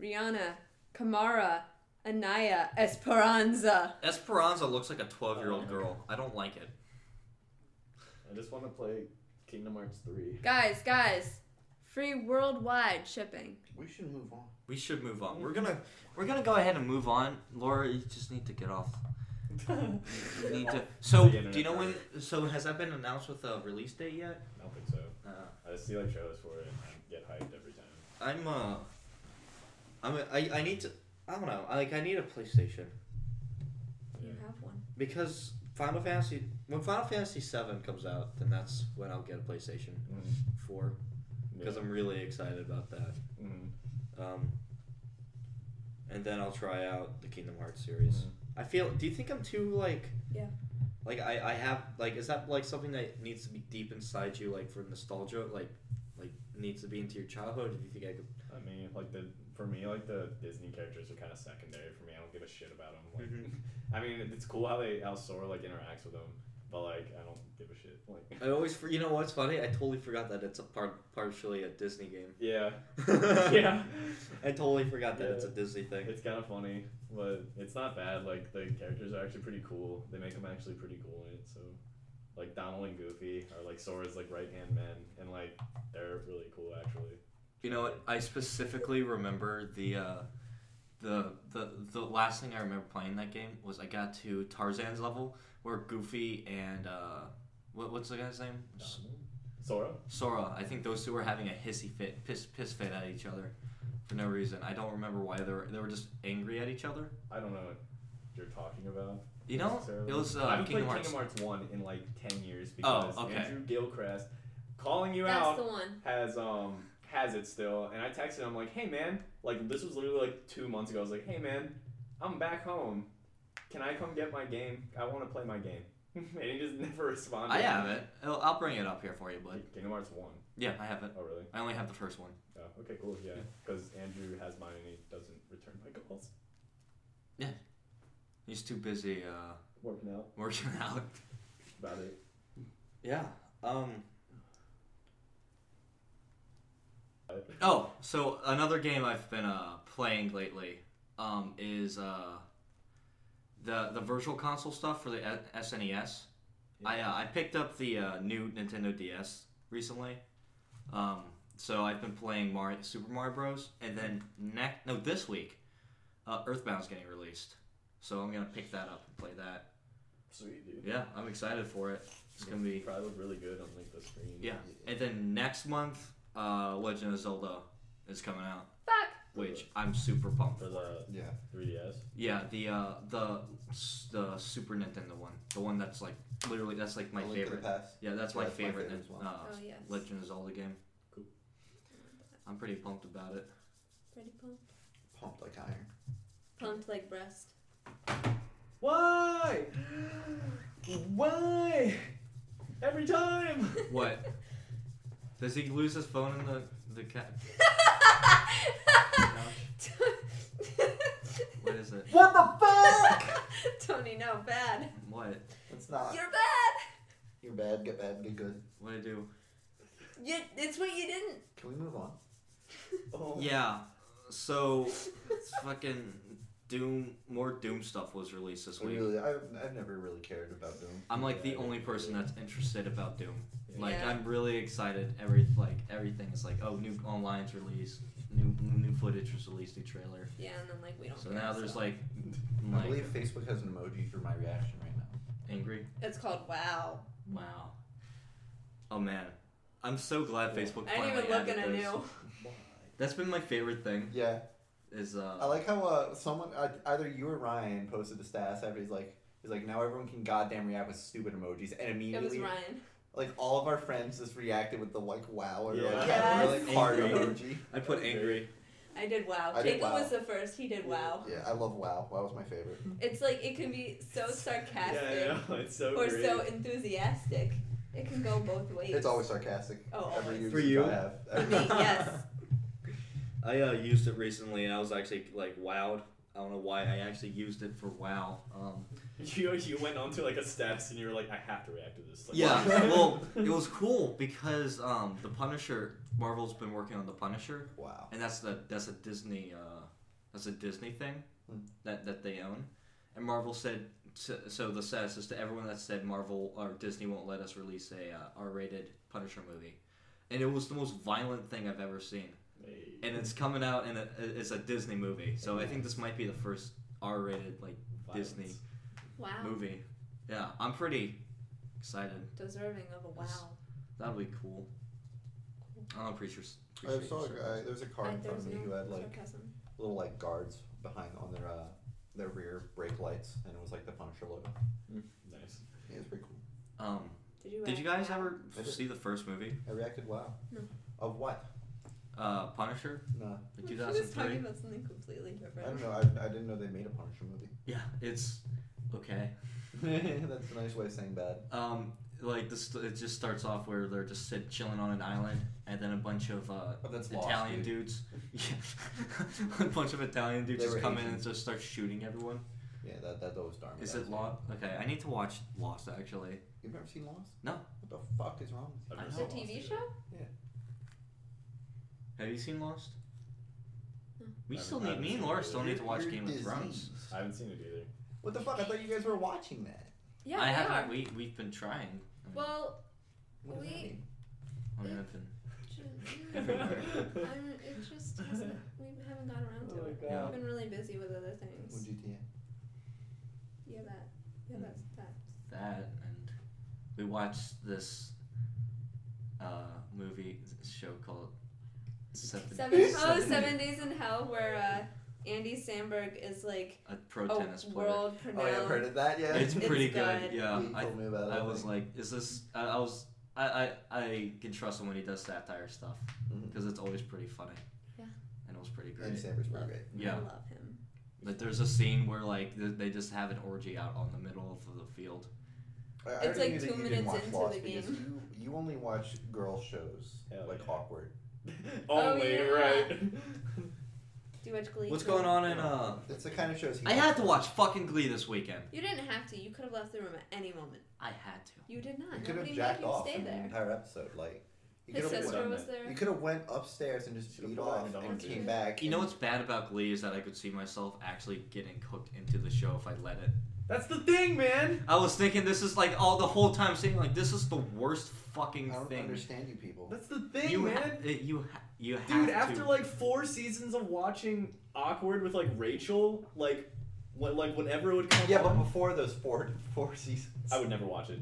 [SPEAKER 2] Rihanna, Kamara, Anaya, Esperanza.
[SPEAKER 1] Esperanza looks like a 12 year
[SPEAKER 4] Oh,
[SPEAKER 1] old girl. I don't like it.
[SPEAKER 4] I just want to play Kingdom Hearts three.
[SPEAKER 2] Guys, guys, free worldwide shipping.
[SPEAKER 3] We should move on.
[SPEAKER 1] We should move on. We're gonna we're gonna go ahead and move on. Laura, you just need to get off. You need to. So,
[SPEAKER 4] The internet
[SPEAKER 1] do you know when? So, has that been announced with a release date yet?
[SPEAKER 4] I don't think so.
[SPEAKER 1] Uh,
[SPEAKER 4] I just see like trailers for it and I get hyped every time.
[SPEAKER 1] I'm uh I'm a, I, I need to I don't know, I, like I need a PlayStation.
[SPEAKER 4] Yeah.
[SPEAKER 2] have one.
[SPEAKER 1] Because Final Fantasy when Final Fantasy Seven comes out, then that's when I'll get a PlayStation
[SPEAKER 4] Mm-hmm.
[SPEAKER 1] four. Because I'm really excited about that.
[SPEAKER 4] Mhm.
[SPEAKER 1] Um and then I'll try out the Kingdom Hearts series.
[SPEAKER 4] Mm-hmm.
[SPEAKER 1] I feel do you think I'm too like
[SPEAKER 2] Yeah.
[SPEAKER 1] like I, I have like is that like something that needs to be deep inside you like for nostalgia like like needs to be into your childhood? Do you think I could
[SPEAKER 4] I mean, like the for me, like the Disney characters are kind of secondary for me. I don't give a shit about them. Like, I mean, it's cool how they how Sora like interacts with them, but like I don't give a shit. Like,
[SPEAKER 1] I always, for, you know what's funny? I totally forgot that it's a part, partially a Disney game.
[SPEAKER 4] yeah, yeah,
[SPEAKER 1] I totally forgot that
[SPEAKER 4] Yeah.
[SPEAKER 1] it's a Disney thing.
[SPEAKER 4] it's kind of funny, but it's not bad. Like the characters are actually pretty cool. They make them actually pretty cool in it. So, like Donald and Goofy are like Sora's like right hand men, and like they're really cool actually.
[SPEAKER 1] You know, what? I specifically remember the uh, the the the last thing I remember playing that game was I got to Tarzan's level where Goofy and uh, what, what's the guy's name?
[SPEAKER 4] Sora?
[SPEAKER 1] Sora. I think those two were having a hissy fit, piss piss fit at each other for no reason. I don't remember why they were they were just angry at each other.
[SPEAKER 4] I don't know what you're talking about.
[SPEAKER 1] You know,
[SPEAKER 4] necessarily.
[SPEAKER 1] it was
[SPEAKER 4] I
[SPEAKER 1] uh,
[SPEAKER 4] haven't
[SPEAKER 1] Kingdom
[SPEAKER 4] played
[SPEAKER 1] Hearts. Oh,
[SPEAKER 4] Kingdom Hearts one in like ten years because
[SPEAKER 1] okay.
[SPEAKER 4] Andrew Gilchrist calling you
[SPEAKER 2] That's
[SPEAKER 4] out
[SPEAKER 2] the one.
[SPEAKER 4] has um has it still and I texted him like, Hey man, like this was literally like two months ago. I was like, Hey man, I'm back home. Can I come get my game? I wanna play my game. and he just never responded.
[SPEAKER 1] I have it. I'll, I'll bring it up here for you, but
[SPEAKER 4] Kingdom Hearts one.
[SPEAKER 1] yeah, I have it.
[SPEAKER 4] Oh really?
[SPEAKER 1] I only have the first one.
[SPEAKER 4] Oh, okay, cool, yeah. Because Andrew has mine and he doesn't return my calls.
[SPEAKER 1] He's too busy uh,
[SPEAKER 4] Working out
[SPEAKER 1] working out.
[SPEAKER 4] about it.
[SPEAKER 1] Yeah. Um. Oh, so another game I've been uh, playing lately um, is uh, the the virtual console stuff for the S- SNES. I uh, I picked up the uh, new Nintendo DS recently, um, so I've been playing Mario, Super Mario Bros. And then next, no, this week, uh, Earthbound's getting released, so I'm gonna pick that up and play that.
[SPEAKER 4] Sweet dude.
[SPEAKER 1] Yeah, I'm excited for it. It's gonna be
[SPEAKER 4] probably look really good on like the screen.
[SPEAKER 1] Yeah. And then next month, uh, Legend of Zelda is coming out,
[SPEAKER 2] Fuck.
[SPEAKER 1] which I'm super pumped
[SPEAKER 4] For
[SPEAKER 1] for.
[SPEAKER 4] the
[SPEAKER 3] Yeah.
[SPEAKER 4] 3DS.
[SPEAKER 1] Yeah, the uh, the the Super Nintendo one, the one that's like literally that's like my
[SPEAKER 3] A Link to the
[SPEAKER 1] favorite.
[SPEAKER 3] Past.
[SPEAKER 1] Yeah, that's my
[SPEAKER 3] Yeah, that's my
[SPEAKER 1] favorite.
[SPEAKER 3] favorite as
[SPEAKER 1] Nin-
[SPEAKER 3] well.
[SPEAKER 1] uh,
[SPEAKER 2] Oh yes.
[SPEAKER 1] Legend of Zelda game.
[SPEAKER 4] Cool.
[SPEAKER 1] I'm pretty pumped about it.
[SPEAKER 2] Pretty pumped.
[SPEAKER 3] Pumped like iron.
[SPEAKER 2] Pumped like breast.
[SPEAKER 4] Why? Why? Every time.
[SPEAKER 1] What? Does he lose his phone in the the cat? What is it?
[SPEAKER 3] What the fuck?
[SPEAKER 2] Tony, no, bad.
[SPEAKER 1] What?
[SPEAKER 3] it's not.
[SPEAKER 2] You're bad.
[SPEAKER 3] You're bad. Get bad. Get good.
[SPEAKER 1] What I do?
[SPEAKER 2] You, it's what you didn't.
[SPEAKER 3] Can we move on?
[SPEAKER 4] Oh.
[SPEAKER 1] Yeah. So fucking Doom, more Doom stuff was released this
[SPEAKER 3] I
[SPEAKER 1] week.
[SPEAKER 3] Really, I've, I've never really cared about Doom.
[SPEAKER 1] I'm like the
[SPEAKER 4] Yeah.
[SPEAKER 1] only person that's interested about Doom. Like
[SPEAKER 2] Yeah.
[SPEAKER 1] I'm really excited. Every like everything is like oh new online's released, new new footage was released, new trailer.
[SPEAKER 2] Yeah, and then like we don't.
[SPEAKER 1] So
[SPEAKER 2] care,
[SPEAKER 1] now there's like
[SPEAKER 3] I
[SPEAKER 1] like
[SPEAKER 3] believe Facebook has an emoji for my reaction right now.
[SPEAKER 1] angry.
[SPEAKER 2] It's called wow.
[SPEAKER 1] Wow. Oh man, I'm so glad Facebook.
[SPEAKER 2] I didn't
[SPEAKER 1] finally
[SPEAKER 2] even look
[SPEAKER 1] added
[SPEAKER 2] and I
[SPEAKER 1] those.
[SPEAKER 2] knew.
[SPEAKER 4] Why?
[SPEAKER 1] That's been my favorite thing.
[SPEAKER 3] Yeah,
[SPEAKER 1] Is uh.
[SPEAKER 3] I like how uh, someone uh, either you or Ryan posted the stats after he's like he's like now everyone can goddamn react with stupid emojis
[SPEAKER 2] It
[SPEAKER 3] and
[SPEAKER 2] was
[SPEAKER 3] immediately
[SPEAKER 2] Ryan.
[SPEAKER 3] like all of our friends just reacted with the like wow or
[SPEAKER 4] Yeah.
[SPEAKER 3] like,
[SPEAKER 2] Yes.
[SPEAKER 3] or, like heart
[SPEAKER 1] Angry.
[SPEAKER 3] emoji.
[SPEAKER 1] I put angry.
[SPEAKER 2] I did wow.
[SPEAKER 3] I did
[SPEAKER 2] Jacob
[SPEAKER 3] wow.
[SPEAKER 2] was the first. He did wow.
[SPEAKER 3] Yeah, I love wow. Wow was my favorite.
[SPEAKER 2] It's like it can be so
[SPEAKER 4] Yeah,
[SPEAKER 2] sarcastic
[SPEAKER 4] yeah, it's so
[SPEAKER 2] or
[SPEAKER 4] great.
[SPEAKER 2] so enthusiastic. It can go both ways.
[SPEAKER 3] It's always sarcastic.
[SPEAKER 2] Oh,
[SPEAKER 3] Every
[SPEAKER 2] always.
[SPEAKER 1] For
[SPEAKER 3] usage
[SPEAKER 1] you?
[SPEAKER 3] I have.
[SPEAKER 2] For me, yes.
[SPEAKER 1] I uh, used it recently, and I was actually like wowed. I don't know why I actually used it for wow. Um,
[SPEAKER 4] You you went on to like a status and you were like, I have to react to this. Like,
[SPEAKER 1] yeah,
[SPEAKER 4] why?
[SPEAKER 1] well, it was cool because um, the Punisher. Marvel's been working on the Punisher,
[SPEAKER 3] Wow.
[SPEAKER 1] and that's the that's a Disney uh, that's a Disney thing
[SPEAKER 3] Hmm.
[SPEAKER 1] that that they own. And Marvel said so, so. The status is to everyone that said Marvel or Disney won't let us release a uh, R-rated Punisher movie, and it was the most violent thing I've ever seen.
[SPEAKER 4] Hey.
[SPEAKER 1] and it's coming out in a, it's a Disney movie. So I think this might be the first R-rated like
[SPEAKER 4] Violence.
[SPEAKER 1] Disney.
[SPEAKER 2] Wow.
[SPEAKER 1] movie. Yeah, I'm pretty excited.
[SPEAKER 2] Deserving of a wow.
[SPEAKER 1] That'll be cool. I don't know, preachers.
[SPEAKER 3] I saw a guy. There's a car
[SPEAKER 2] I-
[SPEAKER 3] in front
[SPEAKER 2] there's
[SPEAKER 3] of me
[SPEAKER 2] no
[SPEAKER 3] who had like
[SPEAKER 2] sarcasm.
[SPEAKER 3] little like guards behind on their uh, their rear brake lights, and it was like the Punisher logo.
[SPEAKER 4] Nice.
[SPEAKER 3] Yeah, it was pretty cool.
[SPEAKER 1] Um,
[SPEAKER 2] Did you?
[SPEAKER 1] did you guys ever
[SPEAKER 3] I did.
[SPEAKER 1] see the first movie,
[SPEAKER 3] I reacted wow.
[SPEAKER 2] No.
[SPEAKER 3] Of what?
[SPEAKER 1] uh, Punisher,
[SPEAKER 3] No.
[SPEAKER 1] the
[SPEAKER 2] She was
[SPEAKER 1] 2003?
[SPEAKER 2] talking about something completely
[SPEAKER 3] I
[SPEAKER 2] different.
[SPEAKER 3] don't know. I, I didn't know they made a Punisher movie.
[SPEAKER 1] Yeah, it's okay.
[SPEAKER 3] That's a nice way of saying bad.
[SPEAKER 1] Um, like this, it just starts off where they're just sit chilling on an island, and then a bunch of uh,
[SPEAKER 3] But Oh, that's lost,
[SPEAKER 1] Italian
[SPEAKER 3] dude.
[SPEAKER 1] dudes, yeah, a bunch of Italian dudes
[SPEAKER 3] They
[SPEAKER 1] just
[SPEAKER 3] were
[SPEAKER 1] come in
[SPEAKER 3] Asian.
[SPEAKER 1] and just start shooting everyone.
[SPEAKER 3] Yeah, that that's always darn.
[SPEAKER 1] Is it Lost? Okay, I need to watch Lost actually.
[SPEAKER 3] You've never seen Lost?
[SPEAKER 1] No.
[SPEAKER 3] What the fuck is wrong?
[SPEAKER 4] I've
[SPEAKER 1] I
[SPEAKER 4] never
[SPEAKER 2] It's
[SPEAKER 1] know.
[SPEAKER 2] a
[SPEAKER 4] seen
[SPEAKER 2] TV
[SPEAKER 4] Lost
[SPEAKER 2] show.
[SPEAKER 4] either.
[SPEAKER 1] Have you seen Lost?
[SPEAKER 2] No.
[SPEAKER 1] We
[SPEAKER 4] I
[SPEAKER 1] still
[SPEAKER 4] haven't- I
[SPEAKER 1] need
[SPEAKER 4] haven't
[SPEAKER 1] me and
[SPEAKER 4] seen
[SPEAKER 1] Laura
[SPEAKER 4] it.
[SPEAKER 1] still need to watch
[SPEAKER 3] You're
[SPEAKER 1] Game of Thrones.
[SPEAKER 3] diseased.
[SPEAKER 4] I haven't seen it either.
[SPEAKER 3] What the fuck? I thought you guys were watching that.
[SPEAKER 2] Yeah,
[SPEAKER 1] I
[SPEAKER 2] we
[SPEAKER 1] haven't.
[SPEAKER 2] are.
[SPEAKER 1] We we've been trying. I mean,
[SPEAKER 2] Well,
[SPEAKER 3] What does that
[SPEAKER 2] We-
[SPEAKER 3] mean?
[SPEAKER 1] I mean,
[SPEAKER 2] it-
[SPEAKER 1] I've been- Everywhere.
[SPEAKER 2] I'm, it just hasn't, we haven't gotten around to
[SPEAKER 4] Oh my
[SPEAKER 2] it.
[SPEAKER 4] God.
[SPEAKER 2] I've been really busy with other things.
[SPEAKER 3] GTA.
[SPEAKER 2] Yeah, that. Yeah,
[SPEAKER 3] Hmm.
[SPEAKER 1] Mm.
[SPEAKER 2] that's that.
[SPEAKER 1] that and we watched this uh, movie show called Seven,
[SPEAKER 2] Seven, oh, seven days in hell, where uh, Andy Sandberg is like
[SPEAKER 1] a pro
[SPEAKER 2] a
[SPEAKER 1] tennis player.
[SPEAKER 2] world
[SPEAKER 3] Oh, yeah, I've heard
[SPEAKER 2] renowned.
[SPEAKER 3] of that. Yeah.
[SPEAKER 1] It's
[SPEAKER 2] It's
[SPEAKER 1] pretty good.
[SPEAKER 2] good.
[SPEAKER 1] Yeah,
[SPEAKER 3] You
[SPEAKER 1] I,
[SPEAKER 3] told me about it,
[SPEAKER 1] I
[SPEAKER 3] I
[SPEAKER 1] was
[SPEAKER 3] think.
[SPEAKER 1] like, is this? I, I was. I, I, I can trust him when he does satire stuff
[SPEAKER 3] Mhm.
[SPEAKER 1] because it's always pretty funny.
[SPEAKER 2] Yeah.
[SPEAKER 1] And it was pretty
[SPEAKER 3] Andy
[SPEAKER 1] great.
[SPEAKER 3] Samberg's pretty
[SPEAKER 2] Love
[SPEAKER 3] great.
[SPEAKER 2] it.
[SPEAKER 1] Yeah.
[SPEAKER 2] I love him.
[SPEAKER 1] But there's a scene where like th- they just have an orgy out on the middle of the field.
[SPEAKER 3] I- I
[SPEAKER 2] It's
[SPEAKER 3] already
[SPEAKER 2] like
[SPEAKER 3] knew
[SPEAKER 2] two
[SPEAKER 3] that you didn't
[SPEAKER 2] minutes
[SPEAKER 3] watch
[SPEAKER 2] into
[SPEAKER 3] Lost
[SPEAKER 2] the
[SPEAKER 3] because You, you only watch girl shows
[SPEAKER 4] Hell
[SPEAKER 3] like
[SPEAKER 4] yeah.
[SPEAKER 3] awkward.
[SPEAKER 4] Only,
[SPEAKER 2] Oh, yeah.
[SPEAKER 4] right?
[SPEAKER 2] Do you watch Glee?
[SPEAKER 1] What's
[SPEAKER 2] too?
[SPEAKER 1] going on in uh?
[SPEAKER 3] It's the kind of shows. He
[SPEAKER 1] I had to watch fucking Glee this weekend.
[SPEAKER 2] You didn't have to. You could have left the room at any moment.
[SPEAKER 1] I had to.
[SPEAKER 2] You did not.
[SPEAKER 3] You could
[SPEAKER 2] Nobody made
[SPEAKER 3] have jacked
[SPEAKER 2] you
[SPEAKER 3] off
[SPEAKER 2] stay
[SPEAKER 3] in the
[SPEAKER 2] there.
[SPEAKER 3] entire episode. Like you
[SPEAKER 2] His
[SPEAKER 3] could
[SPEAKER 4] went
[SPEAKER 3] have
[SPEAKER 2] sister
[SPEAKER 4] on
[SPEAKER 2] was
[SPEAKER 4] that.
[SPEAKER 2] there.
[SPEAKER 3] You could have went upstairs and just
[SPEAKER 4] Should've
[SPEAKER 3] beat
[SPEAKER 4] put
[SPEAKER 3] off
[SPEAKER 4] it on
[SPEAKER 3] and
[SPEAKER 2] the
[SPEAKER 3] came
[SPEAKER 2] dude.
[SPEAKER 3] back.
[SPEAKER 1] You know
[SPEAKER 3] and-
[SPEAKER 1] what's bad about Glee is that I could see myself actually getting hooked into the show if I let it.
[SPEAKER 4] That's the thing, man.
[SPEAKER 1] I was thinking this is like all the whole time saying like this is the worst fucking
[SPEAKER 3] I don't
[SPEAKER 1] thing.
[SPEAKER 3] understand you people.
[SPEAKER 4] That's the thing,
[SPEAKER 1] you ha-
[SPEAKER 4] man.
[SPEAKER 1] uh, you ha- you have
[SPEAKER 4] Dude, after
[SPEAKER 1] to.
[SPEAKER 4] like four seasons of watching Awkward with like Rachel, like, what, like whenever it would come
[SPEAKER 3] Yeah, but
[SPEAKER 4] on,
[SPEAKER 3] before those four four seasons,
[SPEAKER 4] I would never watch it.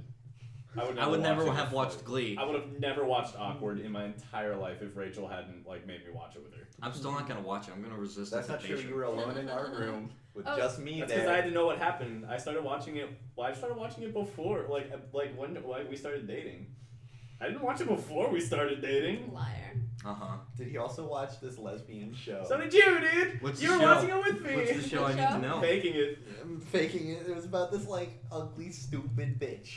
[SPEAKER 4] I would. Never
[SPEAKER 1] I would
[SPEAKER 4] watch
[SPEAKER 1] never
[SPEAKER 4] it
[SPEAKER 1] have
[SPEAKER 4] if-
[SPEAKER 1] watched Glee.
[SPEAKER 4] I would have never watched Awkward in my entire life if Rachel hadn't like made me watch it with her.
[SPEAKER 1] I'm still not gonna watch it. I'm gonna resist
[SPEAKER 3] That's
[SPEAKER 1] the
[SPEAKER 3] not true.
[SPEAKER 1] temptation.
[SPEAKER 3] You were alone in our room with
[SPEAKER 2] Oh.
[SPEAKER 3] just me
[SPEAKER 4] That's because I had
[SPEAKER 3] there.
[SPEAKER 4] to know what happened. I started watching it. Well, I started watching it before, like, uh, like when like, we started dating. I didn't watch it before we started dating.
[SPEAKER 2] Liar.
[SPEAKER 1] Uh huh.
[SPEAKER 3] Did he also watch this lesbian show?
[SPEAKER 4] So did you, dude.
[SPEAKER 1] What's
[SPEAKER 4] you
[SPEAKER 1] the
[SPEAKER 4] were
[SPEAKER 1] show?
[SPEAKER 4] watching it with me.
[SPEAKER 1] What's the show I need to
[SPEAKER 2] show?
[SPEAKER 1] know?
[SPEAKER 4] Faking it.
[SPEAKER 3] I'm faking it. It was about this like ugly stupid bitch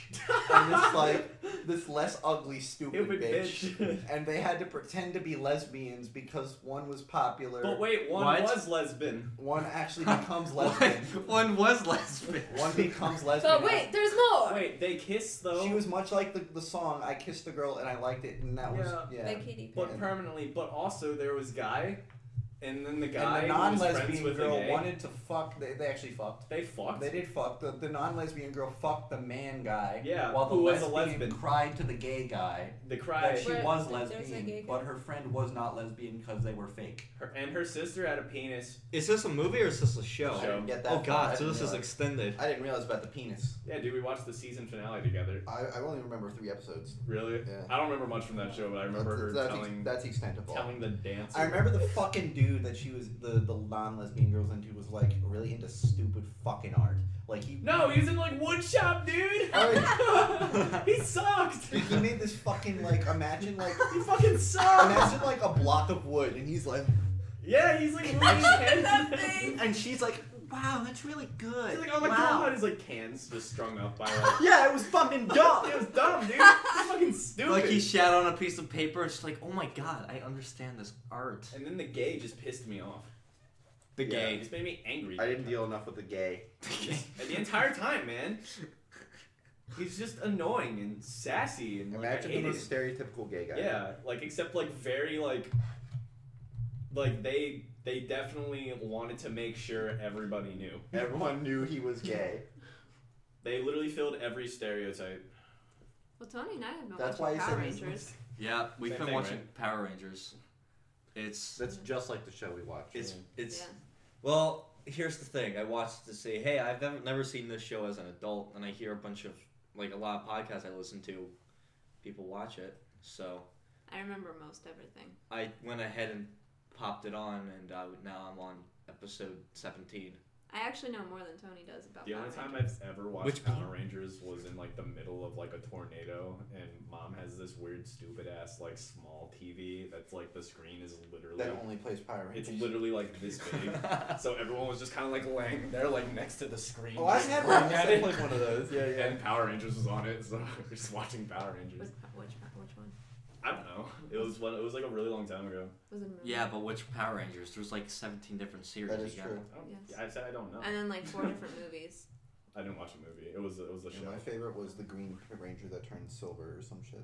[SPEAKER 3] and this like this less ugly stupid
[SPEAKER 4] Stupid
[SPEAKER 3] bitch.
[SPEAKER 4] bitch.
[SPEAKER 3] And they had to pretend to be lesbians because one was popular.
[SPEAKER 4] But wait, one
[SPEAKER 1] What?
[SPEAKER 4] was lesbian.
[SPEAKER 3] one actually becomes lesbian.
[SPEAKER 1] One was lesbian.
[SPEAKER 3] one becomes lesbian.
[SPEAKER 2] But wait, there's more.
[SPEAKER 4] Wait, they kiss though.
[SPEAKER 3] She was much like the, the song "I Kissed a Girl and I Liked It," and that was
[SPEAKER 4] Yeah.
[SPEAKER 3] yeah.
[SPEAKER 2] By Katy Perry.
[SPEAKER 4] but permanently. But also there was guy, and then the guy
[SPEAKER 3] and the
[SPEAKER 4] who was friends
[SPEAKER 3] non-lesbian
[SPEAKER 4] with the
[SPEAKER 3] girl
[SPEAKER 4] gay,
[SPEAKER 3] wanted to fuck. They, they actually fucked.
[SPEAKER 4] They fucked.
[SPEAKER 3] They did fuck. The, the non-lesbian girl fucked the man guy.
[SPEAKER 4] Yeah,
[SPEAKER 3] While the
[SPEAKER 4] who was a
[SPEAKER 3] lesbian
[SPEAKER 4] lesbian.
[SPEAKER 3] cried to the gay guy
[SPEAKER 4] They
[SPEAKER 3] that
[SPEAKER 4] cried.
[SPEAKER 3] she
[SPEAKER 2] Where-
[SPEAKER 3] was
[SPEAKER 2] there's a gay
[SPEAKER 3] lesbian,
[SPEAKER 2] guy.
[SPEAKER 3] but her friend was not lesbian because they were fake.
[SPEAKER 4] Her, and her sister had a penis.
[SPEAKER 1] Is this a movie or is this a show?
[SPEAKER 3] I didn't get that.
[SPEAKER 1] Oh
[SPEAKER 3] far. I
[SPEAKER 1] god, so
[SPEAKER 3] didn't
[SPEAKER 1] this is
[SPEAKER 3] realize-
[SPEAKER 1] extended.
[SPEAKER 3] I didn't realize about the penis.
[SPEAKER 4] Yeah, dude, we watched the season finale together.
[SPEAKER 3] I, I only remember three episodes.
[SPEAKER 4] Really?
[SPEAKER 3] Yeah.
[SPEAKER 4] I don't remember much from that show, but I remember her
[SPEAKER 3] that's, that's,
[SPEAKER 4] telling
[SPEAKER 3] that's the extent of all.
[SPEAKER 4] telling the dancer.
[SPEAKER 3] I remember the fucking dude that she was the the non lesbian girls into was like really into stupid fucking art. Like he
[SPEAKER 4] No, he was in like woodshop, dude.
[SPEAKER 1] Oh,
[SPEAKER 4] he sucked.
[SPEAKER 3] like, he made this fucking like imagine like
[SPEAKER 4] He fucking sucked.
[SPEAKER 3] imagine like a block of wood and he's like
[SPEAKER 4] yeah, he's like really
[SPEAKER 2] That thing.
[SPEAKER 3] and she's like
[SPEAKER 1] Wow, that's really good.
[SPEAKER 4] He's like, oh my god, he's like cans just strung up by like.
[SPEAKER 3] yeah it was fucking dumb.
[SPEAKER 4] it was dumb, dude. It's fucking stupid.
[SPEAKER 1] Like he shat on a piece of paper. It's like, oh my god, I understand this art.
[SPEAKER 4] and then the gay just pissed me off.
[SPEAKER 1] The
[SPEAKER 3] Yeah.
[SPEAKER 4] It
[SPEAKER 1] gay.
[SPEAKER 4] just made me angry.
[SPEAKER 3] deal enough with the gay.
[SPEAKER 4] And the entire time, man. He's just annoying and sassy and like, I
[SPEAKER 3] Imagine the
[SPEAKER 4] hate it.
[SPEAKER 3] most stereotypical gay guy.
[SPEAKER 4] Yeah, like except like very like like they they definitely wanted to make sure everybody knew.
[SPEAKER 3] Everyone knew he was gay.
[SPEAKER 4] They literally filled every stereotype.
[SPEAKER 2] Well, Tony and I have been
[SPEAKER 3] That's why
[SPEAKER 2] watching
[SPEAKER 3] he
[SPEAKER 2] Power
[SPEAKER 3] said he's-
[SPEAKER 2] Rangers.
[SPEAKER 1] Yeah, we've
[SPEAKER 4] Same
[SPEAKER 1] been
[SPEAKER 4] thing,
[SPEAKER 1] watching Power Rangers. It's
[SPEAKER 3] That's just like the show we watched.
[SPEAKER 1] it's it's
[SPEAKER 2] Yeah.
[SPEAKER 1] well. Here's the thing. I watched to say, hey, I've never, never seen this show as an adult, and I hear a bunch of like a lot of podcasts I listen to, people watch it. So
[SPEAKER 2] I remember most everything.
[SPEAKER 1] I went ahead and popped it on, and uh, now I'm on episode 17.
[SPEAKER 2] I actually know more than Tony does about
[SPEAKER 4] The
[SPEAKER 2] Power
[SPEAKER 4] only time
[SPEAKER 2] Rangers.
[SPEAKER 4] I've ever watched
[SPEAKER 1] Which
[SPEAKER 4] Power Rangers was in like the middle of like a tornado, and mom has this weird stupid ass like small TV that's like the screen is literally
[SPEAKER 3] that only plays Power Rangers.
[SPEAKER 4] it's literally like this big. so everyone was just kind of like laying there like next to the screen.
[SPEAKER 3] Oh, I
[SPEAKER 4] just
[SPEAKER 3] had
[SPEAKER 4] looking
[SPEAKER 3] one. I
[SPEAKER 4] at
[SPEAKER 3] had,
[SPEAKER 4] it.
[SPEAKER 3] like, one of those. Yeah, yeah.
[SPEAKER 4] And Power Rangers was on it, so we're just watching Power Rangers.
[SPEAKER 2] Was, which, which one?
[SPEAKER 4] I don't know. It was one. It was like a really long time ago.
[SPEAKER 2] Was it a movie?
[SPEAKER 1] Yeah, but which Power Rangers? There's like 17 different series.
[SPEAKER 3] that is
[SPEAKER 1] you got.
[SPEAKER 3] true.
[SPEAKER 4] I don't.
[SPEAKER 2] Yes.
[SPEAKER 4] I said I don't know.
[SPEAKER 2] And then like four different movies.
[SPEAKER 4] I didn't watch a movie. It was it was a
[SPEAKER 3] Yeah,
[SPEAKER 4] show.
[SPEAKER 3] my favorite was the Green Ranger that turned silver or some shit.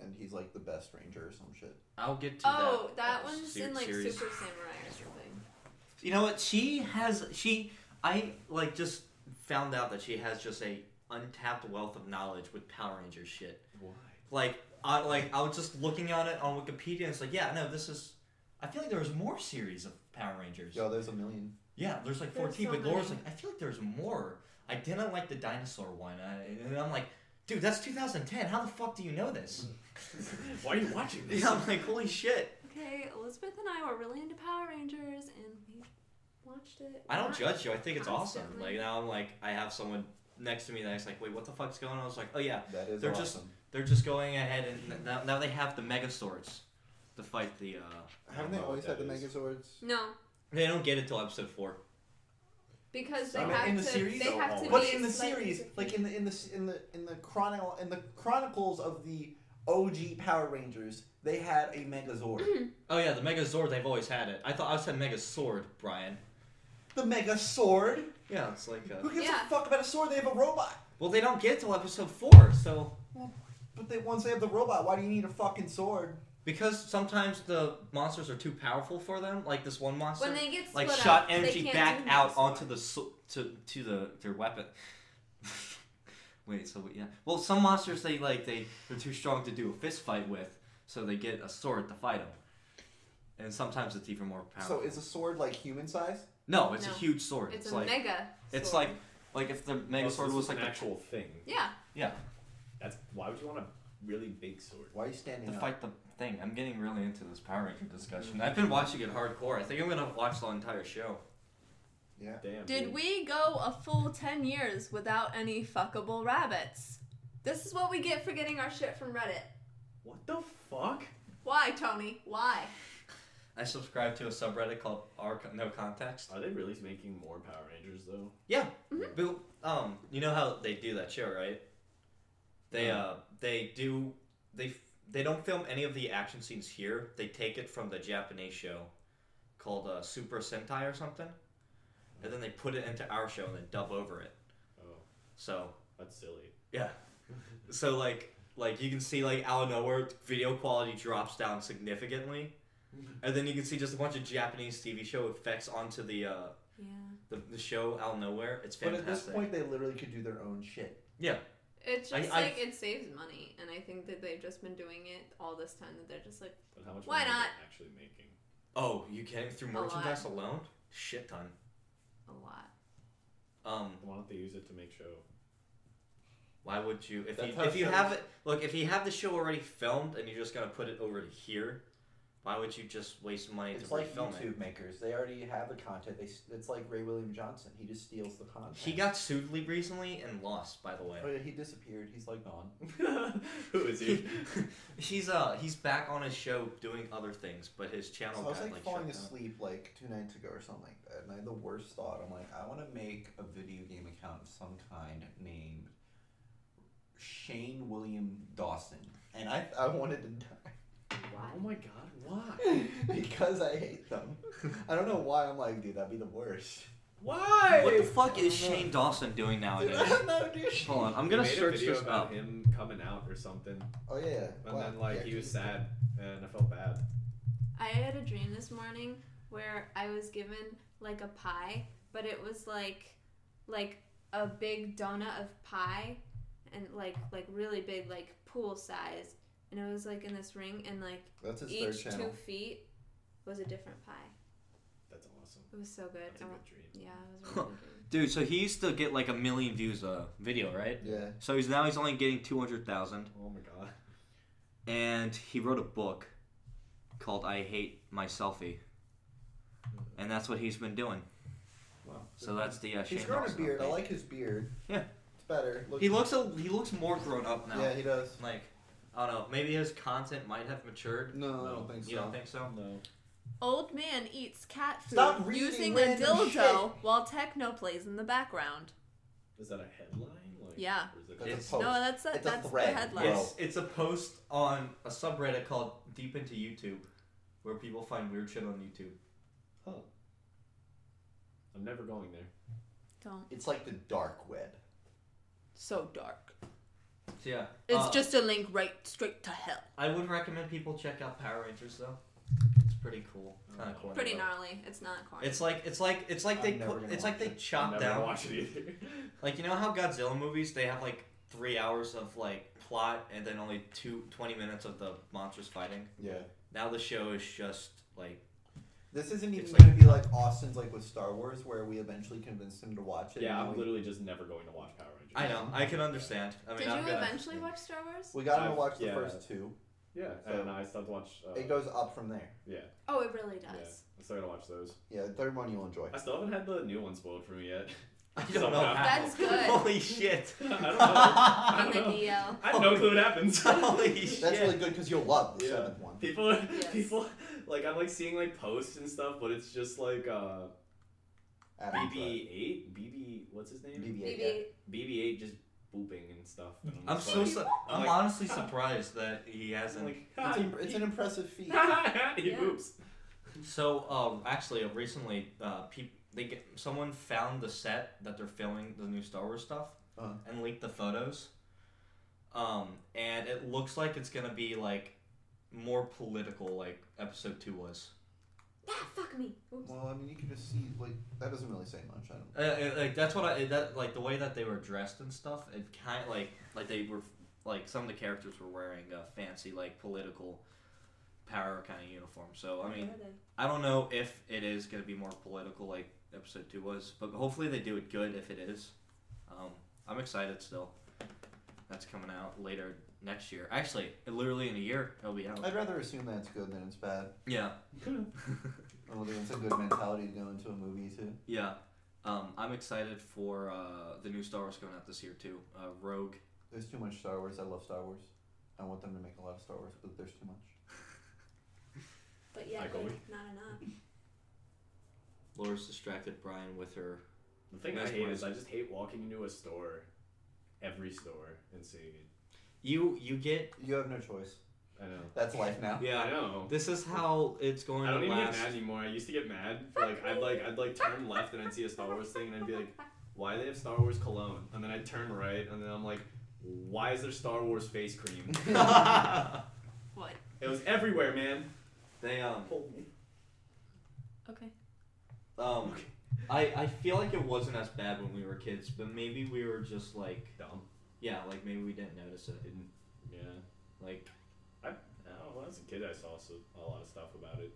[SPEAKER 3] And he's like the best ranger or some shit.
[SPEAKER 1] I'll get to
[SPEAKER 2] Oh,
[SPEAKER 1] that.
[SPEAKER 2] that
[SPEAKER 1] uh,
[SPEAKER 2] one's
[SPEAKER 1] se-
[SPEAKER 2] in like
[SPEAKER 1] series.
[SPEAKER 2] Super Samurai or something.
[SPEAKER 1] You know what? She has. She. I like just found out that she has just a untapped wealth of knowledge with Power Rangers shit.
[SPEAKER 4] Why?
[SPEAKER 1] Like I like I was just looking on it on Wikipedia and it's like, yeah, no, this is I feel like there was more series of Power Rangers.
[SPEAKER 3] Yo, there's a million.
[SPEAKER 1] Yeah, there's like
[SPEAKER 2] There's
[SPEAKER 1] 14,
[SPEAKER 2] so
[SPEAKER 1] but Laura's
[SPEAKER 2] many.
[SPEAKER 1] like, I feel like there's more. I didn't like the dinosaur one. I, and I'm like, dude, that's 2010. How the fuck do you know this?
[SPEAKER 4] Why are you watching this?
[SPEAKER 1] Yeah, I'm like, holy shit.
[SPEAKER 2] Okay, Elizabeth and I were really into Power Rangers, and we watched it.
[SPEAKER 1] I don't
[SPEAKER 2] Not-
[SPEAKER 1] judge you. I think it's awesome.
[SPEAKER 2] Constantly.
[SPEAKER 1] Like, now I'm like, I have someone next to me that's like, wait, what the fuck's going on? I was like, oh yeah,
[SPEAKER 3] That is
[SPEAKER 1] They're
[SPEAKER 3] awesome.
[SPEAKER 1] just- they're just going ahead and now, now they have the Megazords to fight the, uh.
[SPEAKER 4] Haven't they always had the
[SPEAKER 3] Megazords?
[SPEAKER 2] No,
[SPEAKER 1] They don't get it till episode 4.
[SPEAKER 2] because they
[SPEAKER 4] So-
[SPEAKER 2] have
[SPEAKER 3] In
[SPEAKER 2] to.
[SPEAKER 3] the series?
[SPEAKER 2] they have to
[SPEAKER 4] No,
[SPEAKER 3] But
[SPEAKER 2] be
[SPEAKER 3] in the
[SPEAKER 2] slightly
[SPEAKER 3] series,
[SPEAKER 2] different.
[SPEAKER 3] like in the in the s- in the in the chronicle in the chronicles of the OG Power Rangers, they had a Megazord.
[SPEAKER 1] Oh yeah, the Megazord, they've always had it. I thought I said Megazord, Brian.
[SPEAKER 3] the Mega Sword.
[SPEAKER 1] Yeah, it's like, uh.
[SPEAKER 3] Who gives
[SPEAKER 2] Yeah.
[SPEAKER 3] a fuck about a sword? They have a robot.
[SPEAKER 1] Well, they don't get it till episode 4, so.
[SPEAKER 3] But they once they have the robot, why do you need a fucking sword?
[SPEAKER 1] Because sometimes the monsters are too powerful for them. Like this one monster,
[SPEAKER 2] when they get split
[SPEAKER 1] like
[SPEAKER 2] up,
[SPEAKER 1] shot
[SPEAKER 2] they
[SPEAKER 1] energy
[SPEAKER 2] can't
[SPEAKER 1] back
[SPEAKER 2] do
[SPEAKER 1] out
[SPEAKER 2] this.
[SPEAKER 1] onto the so- to to the their weapon. Wait, so yeah. Well, some monsters they like they they're too strong to do a fist fight with, so they get a sword to fight them. And sometimes it's even more powerful.
[SPEAKER 3] So is a sword like human size?
[SPEAKER 1] no, it's
[SPEAKER 2] No.
[SPEAKER 1] a huge sword.
[SPEAKER 2] It's,
[SPEAKER 1] It's,
[SPEAKER 2] a
[SPEAKER 1] like
[SPEAKER 2] mega.
[SPEAKER 1] it's
[SPEAKER 2] sword.
[SPEAKER 1] like like if the
[SPEAKER 4] Oh,
[SPEAKER 1] mega
[SPEAKER 4] so
[SPEAKER 1] sword
[SPEAKER 4] this
[SPEAKER 1] was
[SPEAKER 4] is
[SPEAKER 1] like
[SPEAKER 4] an
[SPEAKER 1] the,
[SPEAKER 4] actual thing.
[SPEAKER 2] yeah.
[SPEAKER 1] yeah
[SPEAKER 4] That's why would you want a really big sword?
[SPEAKER 3] Why are you standing
[SPEAKER 1] to
[SPEAKER 3] up?
[SPEAKER 1] fight the thing. I'm getting really into this Power Ranger discussion. I've been watching it hardcore. I think I'm gonna watch the entire show.
[SPEAKER 3] Yeah.
[SPEAKER 4] Damn.
[SPEAKER 2] Did
[SPEAKER 4] dude.
[SPEAKER 2] we go a full 10 years without any fuckable rabbits? This is what we get for getting our shit from Reddit.
[SPEAKER 4] What the fuck?
[SPEAKER 2] Why, Tony? Why?
[SPEAKER 1] I subscribe to a subreddit called R No Context.
[SPEAKER 4] Are they really making more Power Rangers though?
[SPEAKER 1] Bill, um, you know how they do that show, right? They uh, they do they f- they don't film any of the action scenes here. They take it from the Japanese show called uh, Super Sentai or something, and then they put it into our show and then dub over it.
[SPEAKER 4] Oh,
[SPEAKER 1] So
[SPEAKER 4] that's silly.
[SPEAKER 1] yeah, so like like you can see like out of nowhere video quality drops down significantly,
[SPEAKER 3] Mm-hmm.
[SPEAKER 1] and then you can see just a bunch of Japanese TV show effects onto the uh,
[SPEAKER 2] Yeah.
[SPEAKER 1] the, the show out of nowhere. It's
[SPEAKER 3] But
[SPEAKER 1] fantastic.
[SPEAKER 3] at this point, they literally could do their own shit.
[SPEAKER 2] It's
[SPEAKER 1] I-
[SPEAKER 2] just
[SPEAKER 1] I-
[SPEAKER 2] like it saves money, and I think that they've just been doing it all this time that they're just like,
[SPEAKER 4] But how much
[SPEAKER 2] Why
[SPEAKER 4] money are
[SPEAKER 2] not?
[SPEAKER 4] they actually making?
[SPEAKER 1] Oh, you kidding? Through
[SPEAKER 2] A lot.
[SPEAKER 1] merchandise alone? Shit ton.
[SPEAKER 2] a lot.
[SPEAKER 1] Um,
[SPEAKER 4] Why don't they use it to make show?
[SPEAKER 1] why would you? If
[SPEAKER 3] That's
[SPEAKER 1] you
[SPEAKER 3] how
[SPEAKER 1] if you
[SPEAKER 3] shows-
[SPEAKER 1] have it, look, if you have the show already filmed and you're just gonna put it over to here, why would you just waste money
[SPEAKER 3] It's
[SPEAKER 1] to
[SPEAKER 3] like
[SPEAKER 1] refilm it?
[SPEAKER 3] YouTube makers. They already have the content. They, s- it's like Ray William Johnson. He just steals the content.
[SPEAKER 1] He got sued le- recently and lost. By the way,
[SPEAKER 3] Oh yeah, he disappeared. He's like gone.
[SPEAKER 4] Who is he?
[SPEAKER 1] he's uh he's back on his show doing other things, but his channel
[SPEAKER 3] So I
[SPEAKER 1] got
[SPEAKER 3] was like,
[SPEAKER 1] like
[SPEAKER 3] falling
[SPEAKER 1] shut down.
[SPEAKER 3] asleep like two nights ago or something like that, and I had the worst thought. I'm like, I want to make a video game account of some kind named Shane William Dawson, and I I wanted to die
[SPEAKER 2] Why?
[SPEAKER 4] Oh my god, why?
[SPEAKER 3] because I hate them. I don't know why. I'm like, dude, that'd be the worst.
[SPEAKER 4] Why?
[SPEAKER 1] What the fuck is
[SPEAKER 3] I don't know.
[SPEAKER 1] Shane Dawson doing
[SPEAKER 3] Dude,
[SPEAKER 1] nowadays?
[SPEAKER 3] I don't know, dude.
[SPEAKER 1] Oh, Hold on, I'm
[SPEAKER 4] He
[SPEAKER 1] gonna
[SPEAKER 4] made a
[SPEAKER 1] search
[SPEAKER 4] video
[SPEAKER 1] this
[SPEAKER 4] about
[SPEAKER 1] up.
[SPEAKER 4] him coming out or something,
[SPEAKER 3] Oh yeah. yeah.
[SPEAKER 4] and
[SPEAKER 3] Wow.
[SPEAKER 4] then like
[SPEAKER 3] Yeah,
[SPEAKER 4] he was
[SPEAKER 3] he's-
[SPEAKER 4] sad, and I felt bad.
[SPEAKER 2] I had a dream this morning where I was given like a pie, but it was like like a big donut of pie and like like really big like pool size and it was like in this ring and like
[SPEAKER 3] That's his third
[SPEAKER 2] each two
[SPEAKER 3] channel.
[SPEAKER 2] feet was a different pie.
[SPEAKER 4] That's awesome.
[SPEAKER 2] It was so good.
[SPEAKER 4] That's a
[SPEAKER 2] I
[SPEAKER 4] good
[SPEAKER 2] want-
[SPEAKER 4] dream.
[SPEAKER 2] yeah, it was really good.
[SPEAKER 1] Dude, so he used to get like a million views a video, right?
[SPEAKER 3] Yeah.
[SPEAKER 1] So he's now he's only getting two hundred thousand.
[SPEAKER 4] Oh my god.
[SPEAKER 1] and he wrote a book called "I Hate My Selfie," and that's what he's been doing.
[SPEAKER 4] Wow.
[SPEAKER 1] So that's the uh, Shane
[SPEAKER 3] He's grown a
[SPEAKER 1] Dawson
[SPEAKER 3] beard. I
[SPEAKER 1] update.
[SPEAKER 3] like his beard.
[SPEAKER 1] Yeah.
[SPEAKER 3] It's better.
[SPEAKER 1] He looks a, he looks more grown up now.
[SPEAKER 3] Yeah, he does.
[SPEAKER 1] Like I don't know, maybe his content might have matured.
[SPEAKER 3] No,
[SPEAKER 4] No,
[SPEAKER 3] I don't think so.
[SPEAKER 1] You don't think so?
[SPEAKER 4] No.
[SPEAKER 2] Old man eats cat food
[SPEAKER 3] Stop reading
[SPEAKER 2] using a
[SPEAKER 3] random
[SPEAKER 2] dildo
[SPEAKER 3] shit.
[SPEAKER 2] while techno plays in the background.
[SPEAKER 4] Is that a headline? Like,
[SPEAKER 2] Yeah.
[SPEAKER 4] Or is it
[SPEAKER 3] That's
[SPEAKER 1] It's-
[SPEAKER 3] a post.
[SPEAKER 2] No, that's
[SPEAKER 3] It's a
[SPEAKER 2] that's the
[SPEAKER 3] thread.
[SPEAKER 2] headline.
[SPEAKER 3] Yes.
[SPEAKER 1] It's it's a post on a subreddit called Deep Into YouTube, where people find weird shit on YouTube.
[SPEAKER 4] I'm never going there.
[SPEAKER 2] Don't.
[SPEAKER 3] It's like the dark web.
[SPEAKER 2] So dark.
[SPEAKER 3] Uh,
[SPEAKER 1] So yeah,
[SPEAKER 2] It's
[SPEAKER 1] uh,
[SPEAKER 2] just a link right straight to hell.
[SPEAKER 1] I would recommend people check out Power Rangers though. It's pretty cool. Kind of
[SPEAKER 4] Oh.
[SPEAKER 1] cool.
[SPEAKER 2] Pretty gnarly. It's not corny.
[SPEAKER 1] It's like it's like it's like
[SPEAKER 3] I'm
[SPEAKER 1] they
[SPEAKER 3] never
[SPEAKER 1] put,
[SPEAKER 3] gonna
[SPEAKER 1] it's like
[SPEAKER 3] watch
[SPEAKER 1] they
[SPEAKER 3] it.
[SPEAKER 1] chop
[SPEAKER 4] I'm never
[SPEAKER 1] down
[SPEAKER 4] gonna watch it either.
[SPEAKER 1] Like you know how Godzilla movies they have like three hours of like plot and then only two 20 minutes of the monsters fighting.
[SPEAKER 3] Yeah.
[SPEAKER 1] Now the show is just like
[SPEAKER 3] This isn't even
[SPEAKER 1] It's
[SPEAKER 3] going
[SPEAKER 1] like-
[SPEAKER 3] to be like Austin's like with Star Wars, where we eventually convinced him to watch it.
[SPEAKER 4] Yeah,
[SPEAKER 3] and
[SPEAKER 4] I'm
[SPEAKER 3] we-
[SPEAKER 4] literally just never going to watch Power Rangers.
[SPEAKER 1] I know I can understand. I mean,
[SPEAKER 2] Did
[SPEAKER 1] I'm
[SPEAKER 2] you
[SPEAKER 1] gonna,
[SPEAKER 2] eventually watch Star Wars?
[SPEAKER 3] We got him to
[SPEAKER 4] I've-
[SPEAKER 3] watch the
[SPEAKER 4] yeah.
[SPEAKER 3] first two.
[SPEAKER 4] Yeah,
[SPEAKER 3] So-
[SPEAKER 4] and I stopped to watch. Uh,
[SPEAKER 3] It goes up from there.
[SPEAKER 4] yeah,
[SPEAKER 2] Oh, it really
[SPEAKER 4] yeah.
[SPEAKER 2] does.
[SPEAKER 4] I still gotta watch those.
[SPEAKER 3] Yeah, the third one you'll enjoy.
[SPEAKER 4] I still haven't had the new one spoiled for me yet.
[SPEAKER 1] I don't know.
[SPEAKER 4] Somehow.
[SPEAKER 1] How.
[SPEAKER 2] That's good.
[SPEAKER 1] Holy shit.
[SPEAKER 4] I don't know.
[SPEAKER 2] On the uh, DL.
[SPEAKER 4] I have no clue what happens.
[SPEAKER 1] Oh. Holy shit.
[SPEAKER 3] That's really good because you'll love the
[SPEAKER 4] Yeah.
[SPEAKER 3] seventh one.
[SPEAKER 4] People,
[SPEAKER 2] Yes.
[SPEAKER 4] people, like I'm like seeing like posts and stuff, but it's just like uh
[SPEAKER 3] Adam Driver.
[SPEAKER 4] BB eight, BB, what's his name?
[SPEAKER 3] BB-8. yeah.
[SPEAKER 2] BB.
[SPEAKER 4] BB eight just booping and stuff. And
[SPEAKER 1] I'm
[SPEAKER 4] just
[SPEAKER 1] so
[SPEAKER 4] like,
[SPEAKER 1] su-
[SPEAKER 4] I'm
[SPEAKER 1] I'm
[SPEAKER 4] like-
[SPEAKER 1] honestly surprised that he
[SPEAKER 4] I'm
[SPEAKER 1] hasn't.
[SPEAKER 4] like,
[SPEAKER 3] It's,
[SPEAKER 4] "Ha,
[SPEAKER 3] an- it's an impressive feat.
[SPEAKER 4] he, he
[SPEAKER 2] Yeah.
[SPEAKER 4] boops.
[SPEAKER 1] So um, actually, uh, recently, uh, peop- they get someone found the set that they're filming the new Star Wars stuff
[SPEAKER 3] Uh-huh.
[SPEAKER 1] and leaked the photos. Um, and it looks like it's gonna be like more political, like Episode Two was.
[SPEAKER 2] Ah, fuck me. Oops.
[SPEAKER 3] Well, I mean, you can just see like that doesn't really say much. I don't.
[SPEAKER 1] Uh, uh, like that's what I that like the way that they were dressed and stuff. It kind of like like they were like some of the characters were wearing uh, fancy like political power kind of uniform. So I mean,
[SPEAKER 2] Where are they?
[SPEAKER 1] I don't know if it is going to be more political like episode two was, but hopefully they do it good if it is. Um, I'm excited still. That's coming out later next year. Actually, literally in a year, it'll be out.
[SPEAKER 3] I'd rather assume that's good than it's bad.
[SPEAKER 1] Yeah,
[SPEAKER 3] Well, then it's a good mentality to go into a movie too.
[SPEAKER 1] yeah. Um, I'm excited for uh, the new Star Wars coming out this year too. Uh, Rogue.
[SPEAKER 3] There's too much Star Wars. I love Star Wars. I want them to make a lot of Star Wars, but there's too much.
[SPEAKER 2] But yeah,
[SPEAKER 4] Michael
[SPEAKER 2] but
[SPEAKER 4] Lee.
[SPEAKER 2] not enough.
[SPEAKER 1] Laura's distracted Brian with her.
[SPEAKER 4] The thing I
[SPEAKER 1] That's
[SPEAKER 4] hate
[SPEAKER 1] mine.
[SPEAKER 4] is I just hate walking into a store, every store, and seeing it.
[SPEAKER 1] You you get
[SPEAKER 3] You have no choice.
[SPEAKER 4] I know.
[SPEAKER 3] That's life now.
[SPEAKER 4] I
[SPEAKER 1] yeah.
[SPEAKER 4] know.
[SPEAKER 1] This is how it's going
[SPEAKER 4] I don't
[SPEAKER 1] to
[SPEAKER 4] even get
[SPEAKER 1] last.
[SPEAKER 4] mad anymore. I used to get mad. Like I'd like I'd like turn left and I'd see a Star Wars thing and I'd be like, why do they have Star Wars cologne? And then I'd turn right and then I'm like, why is there Star Wars face cream?
[SPEAKER 2] What?
[SPEAKER 4] it was everywhere, man.
[SPEAKER 1] they um
[SPEAKER 4] Hold me.
[SPEAKER 2] Okay.
[SPEAKER 1] um I, I feel like it wasn't as bad when we were kids, but maybe we were just like,
[SPEAKER 4] Dumb.
[SPEAKER 1] yeah, like maybe we didn't notice it.
[SPEAKER 4] Didn't. Yeah.
[SPEAKER 1] Like,
[SPEAKER 4] Oh, when I was a kid, I saw so, a lot of stuff about it.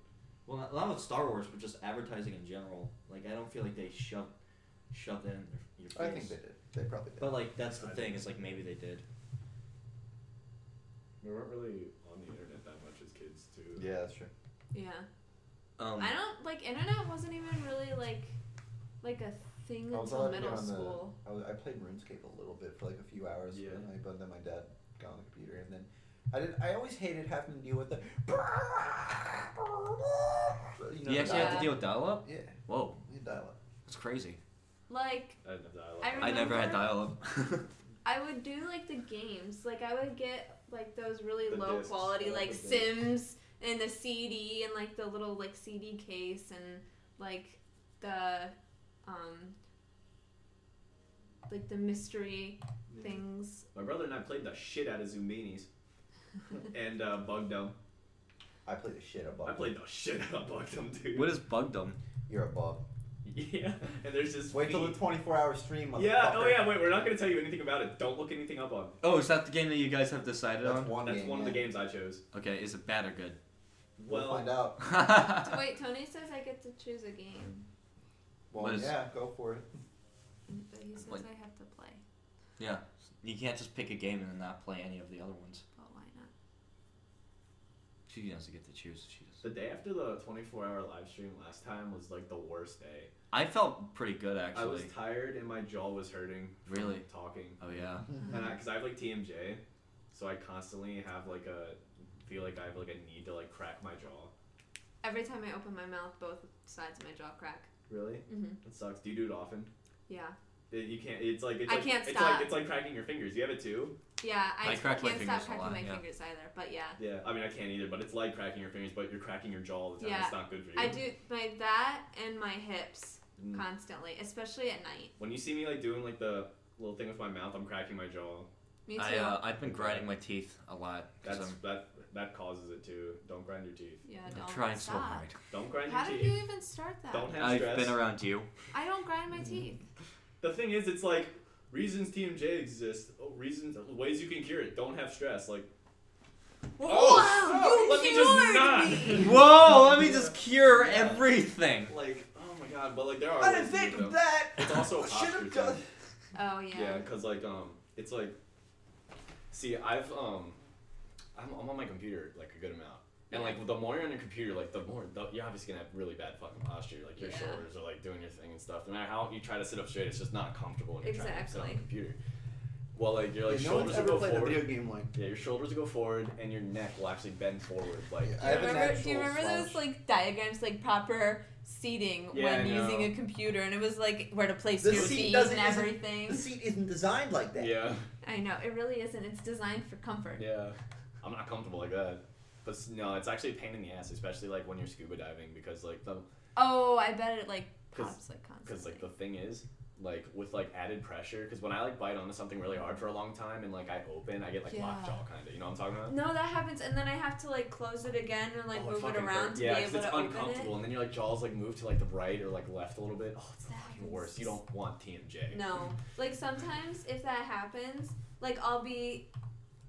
[SPEAKER 1] well, not, not with Star Wars, but just advertising in general. Like, I don't feel like they shoved shoved that in your, your face.
[SPEAKER 3] I think they did. They probably did.
[SPEAKER 1] But like, that's the
[SPEAKER 4] I
[SPEAKER 1] thing. Is like maybe they did.
[SPEAKER 4] We weren't really on the internet that much as kids, too.
[SPEAKER 3] Yeah, that's true.
[SPEAKER 2] Yeah.
[SPEAKER 1] Um,
[SPEAKER 2] I don't like internet wasn't even really like like a thing
[SPEAKER 3] I was
[SPEAKER 2] until
[SPEAKER 3] allowed to get
[SPEAKER 2] middle
[SPEAKER 3] on the-
[SPEAKER 2] school.
[SPEAKER 3] I, was, I played RuneScape a little bit for like a few hours,
[SPEAKER 4] Yeah.
[SPEAKER 3] and I, but then my dad got on the computer, and then I did. I always hated having to deal with the. You know,
[SPEAKER 1] you actually have
[SPEAKER 2] Yeah.
[SPEAKER 1] to deal with dial-up.
[SPEAKER 3] Yeah,
[SPEAKER 1] Whoa,
[SPEAKER 3] we had dial-up.
[SPEAKER 1] that's crazy.
[SPEAKER 2] Like
[SPEAKER 4] I didn't have dialogue.
[SPEAKER 2] I
[SPEAKER 1] I never had
[SPEAKER 2] Remember-
[SPEAKER 1] dial-up.
[SPEAKER 2] I would do like the games. Like I would get like those really
[SPEAKER 4] The
[SPEAKER 2] low
[SPEAKER 4] discs,
[SPEAKER 2] quality
[SPEAKER 4] yeah,
[SPEAKER 2] like
[SPEAKER 4] the discs.
[SPEAKER 2] Sims and the CD and like the little like CD case and like the um like the mystery
[SPEAKER 4] Yeah.
[SPEAKER 2] things.
[SPEAKER 4] My brother and I played the shit out of Zumbinis and uh, Bug Dump.
[SPEAKER 3] I played the shit out of Bob.
[SPEAKER 4] I played the shit out of Bug Dump, dude.
[SPEAKER 1] what is bugdom?
[SPEAKER 3] You're a Bob.
[SPEAKER 4] Yeah, and there's just
[SPEAKER 3] Wait till
[SPEAKER 4] feet.
[SPEAKER 3] the 24-hour stream. Motherfucker.
[SPEAKER 4] Yeah. Oh yeah. Wait. We're not gonna tell you anything about it. Don't look anything up on. it.
[SPEAKER 1] Oh, is that the game that you guys have decided
[SPEAKER 3] That's
[SPEAKER 1] on?
[SPEAKER 3] one.
[SPEAKER 4] That's
[SPEAKER 3] game,
[SPEAKER 4] one of the
[SPEAKER 3] yeah.
[SPEAKER 4] games I chose.
[SPEAKER 1] Okay, is it bad or good?
[SPEAKER 3] We'll,
[SPEAKER 4] Well,
[SPEAKER 3] find out.
[SPEAKER 2] So wait, Tony says I get to choose a game,
[SPEAKER 3] Well,
[SPEAKER 1] What is-
[SPEAKER 3] yeah, go for it.
[SPEAKER 2] but he says
[SPEAKER 1] Like-
[SPEAKER 2] I have to play.
[SPEAKER 1] Yeah, you can't just pick a game and not play any of the other ones.
[SPEAKER 2] But why not?
[SPEAKER 1] She doesn't get to choose. She does.
[SPEAKER 4] the day after the 24-hour live stream last time was like the worst day.
[SPEAKER 1] I felt pretty good actually.
[SPEAKER 4] I was tired and my jaw was hurting. from
[SPEAKER 1] Really?
[SPEAKER 4] Talking.
[SPEAKER 1] oh yeah.
[SPEAKER 4] And because I, have like TMJ, so I constantly have like a feel like I have like a need to like crack my jaw.
[SPEAKER 2] Every time I open my mouth, both sides of my jaw crack.
[SPEAKER 4] Really?
[SPEAKER 1] Mm-hmm.
[SPEAKER 2] hmm
[SPEAKER 4] That sucks. Do you do it often?
[SPEAKER 2] Yeah,
[SPEAKER 4] It- you can't. It's like it's
[SPEAKER 2] I
[SPEAKER 4] like,
[SPEAKER 2] can't
[SPEAKER 4] it's
[SPEAKER 2] stop.
[SPEAKER 4] like it's like cracking your fingers. You have it too.
[SPEAKER 2] yeah. I,
[SPEAKER 1] I crack my
[SPEAKER 2] can't
[SPEAKER 1] fingers
[SPEAKER 2] stop
[SPEAKER 1] a
[SPEAKER 2] cracking
[SPEAKER 1] lot,
[SPEAKER 2] my
[SPEAKER 1] yeah.
[SPEAKER 2] fingers either. But yeah,
[SPEAKER 4] Yeah. I mean, I can't either, but it's like cracking your fingers, but you're cracking your jaw all the time.
[SPEAKER 2] Yeah.
[SPEAKER 4] It's not good for you.
[SPEAKER 2] I do my that and my hips
[SPEAKER 4] Mm.
[SPEAKER 2] constantly, especially at night.
[SPEAKER 4] When you see me like doing like the little thing with my mouth, I'm cracking my jaw.
[SPEAKER 2] Me too.
[SPEAKER 1] I uh, I've been grinding my teeth a lot because
[SPEAKER 4] That's
[SPEAKER 1] I'm,
[SPEAKER 4] that that causes it too. Don't grind your teeth.
[SPEAKER 2] yeah,
[SPEAKER 1] I'm
[SPEAKER 2] don't
[SPEAKER 1] trying so
[SPEAKER 2] stop.
[SPEAKER 1] hard.
[SPEAKER 4] Don't grind
[SPEAKER 2] How
[SPEAKER 4] your
[SPEAKER 2] did
[SPEAKER 4] teeth.
[SPEAKER 2] you even start that?
[SPEAKER 4] Don't have
[SPEAKER 1] I've
[SPEAKER 4] stress.
[SPEAKER 1] been around you.
[SPEAKER 2] I don't grind my teeth.
[SPEAKER 4] the thing is, it's like reasons TMJ exists. Oh, reasons, ways you can cure it. Don't have stress. Like, Oh,
[SPEAKER 2] Whoa,
[SPEAKER 4] let me just not.
[SPEAKER 2] me.
[SPEAKER 1] Whoa, let me just cure everything.
[SPEAKER 4] like, oh my god, but like there are.
[SPEAKER 3] I
[SPEAKER 4] ways to
[SPEAKER 3] didn't
[SPEAKER 4] do
[SPEAKER 3] think
[SPEAKER 4] them.
[SPEAKER 3] of that.
[SPEAKER 4] It's also a
[SPEAKER 3] should
[SPEAKER 4] posture
[SPEAKER 3] have done.
[SPEAKER 4] thing.
[SPEAKER 2] Oh
[SPEAKER 4] Yeah,
[SPEAKER 2] yeah.
[SPEAKER 4] because like um, it's like, see, I've um, I'm, I'm on my computer like a good amount, and like the more you're on your computer, like the more the, you're obviously gonna have really bad fucking posture. Like your
[SPEAKER 2] Yeah.
[SPEAKER 4] shoulders are like doing your thing and stuff. No matter how you try to sit up straight, it's just not comfortable when you're trying to sit on the
[SPEAKER 2] Exactly.
[SPEAKER 4] computer. Well, like your like
[SPEAKER 5] no one's
[SPEAKER 4] shoulders will
[SPEAKER 5] ever
[SPEAKER 4] go
[SPEAKER 5] played
[SPEAKER 4] forward.
[SPEAKER 5] a video game like.
[SPEAKER 4] Yeah, your shoulders will go forward, and your neck will actually bend forward. Like
[SPEAKER 3] Yeah.
[SPEAKER 2] Do you
[SPEAKER 3] I have an
[SPEAKER 2] remember, do you
[SPEAKER 3] actual
[SPEAKER 2] remember those
[SPEAKER 3] slouch.
[SPEAKER 2] like diagrams, like proper seating
[SPEAKER 4] Yeah, I
[SPEAKER 2] when
[SPEAKER 4] know.
[SPEAKER 2] using a computer, and it was like where to place
[SPEAKER 3] The
[SPEAKER 2] your
[SPEAKER 3] seat
[SPEAKER 2] feet
[SPEAKER 3] doesn't-
[SPEAKER 2] and
[SPEAKER 3] isn't-
[SPEAKER 2] everything.
[SPEAKER 3] The seat isn't designed like that.
[SPEAKER 4] yeah,
[SPEAKER 2] I know it really isn't. It's designed for comfort.
[SPEAKER 4] yeah. I'm not comfortable like that. But s- no, it's actually a pain in the ass, especially like when you're scuba diving because like the
[SPEAKER 2] Oh, I bet it like
[SPEAKER 4] 'Cause-
[SPEAKER 2] pops like constantly.
[SPEAKER 4] Because like the thing is, like with like added pressure, because when I like bite onto something really hard for a long time and like I open, I get like
[SPEAKER 2] Yeah.
[SPEAKER 4] lockjaw kind of. You know what I'm talking about?
[SPEAKER 2] no, that happens, and then I have to like close it again and like
[SPEAKER 4] Oh,
[SPEAKER 2] move it
[SPEAKER 4] fucking
[SPEAKER 2] around
[SPEAKER 4] hurt.
[SPEAKER 2] to
[SPEAKER 4] yeah,
[SPEAKER 2] be
[SPEAKER 4] 'cause
[SPEAKER 2] able
[SPEAKER 4] it's
[SPEAKER 2] to
[SPEAKER 4] uncomfortable,
[SPEAKER 2] open
[SPEAKER 4] and then your like jaws like move to like the right or like left a little bit. Oh, it's the
[SPEAKER 2] That
[SPEAKER 4] fucking
[SPEAKER 2] happens.
[SPEAKER 4] worst. You don't want TMJ.
[SPEAKER 2] it. No, like sometimes if that happens, like I'll be,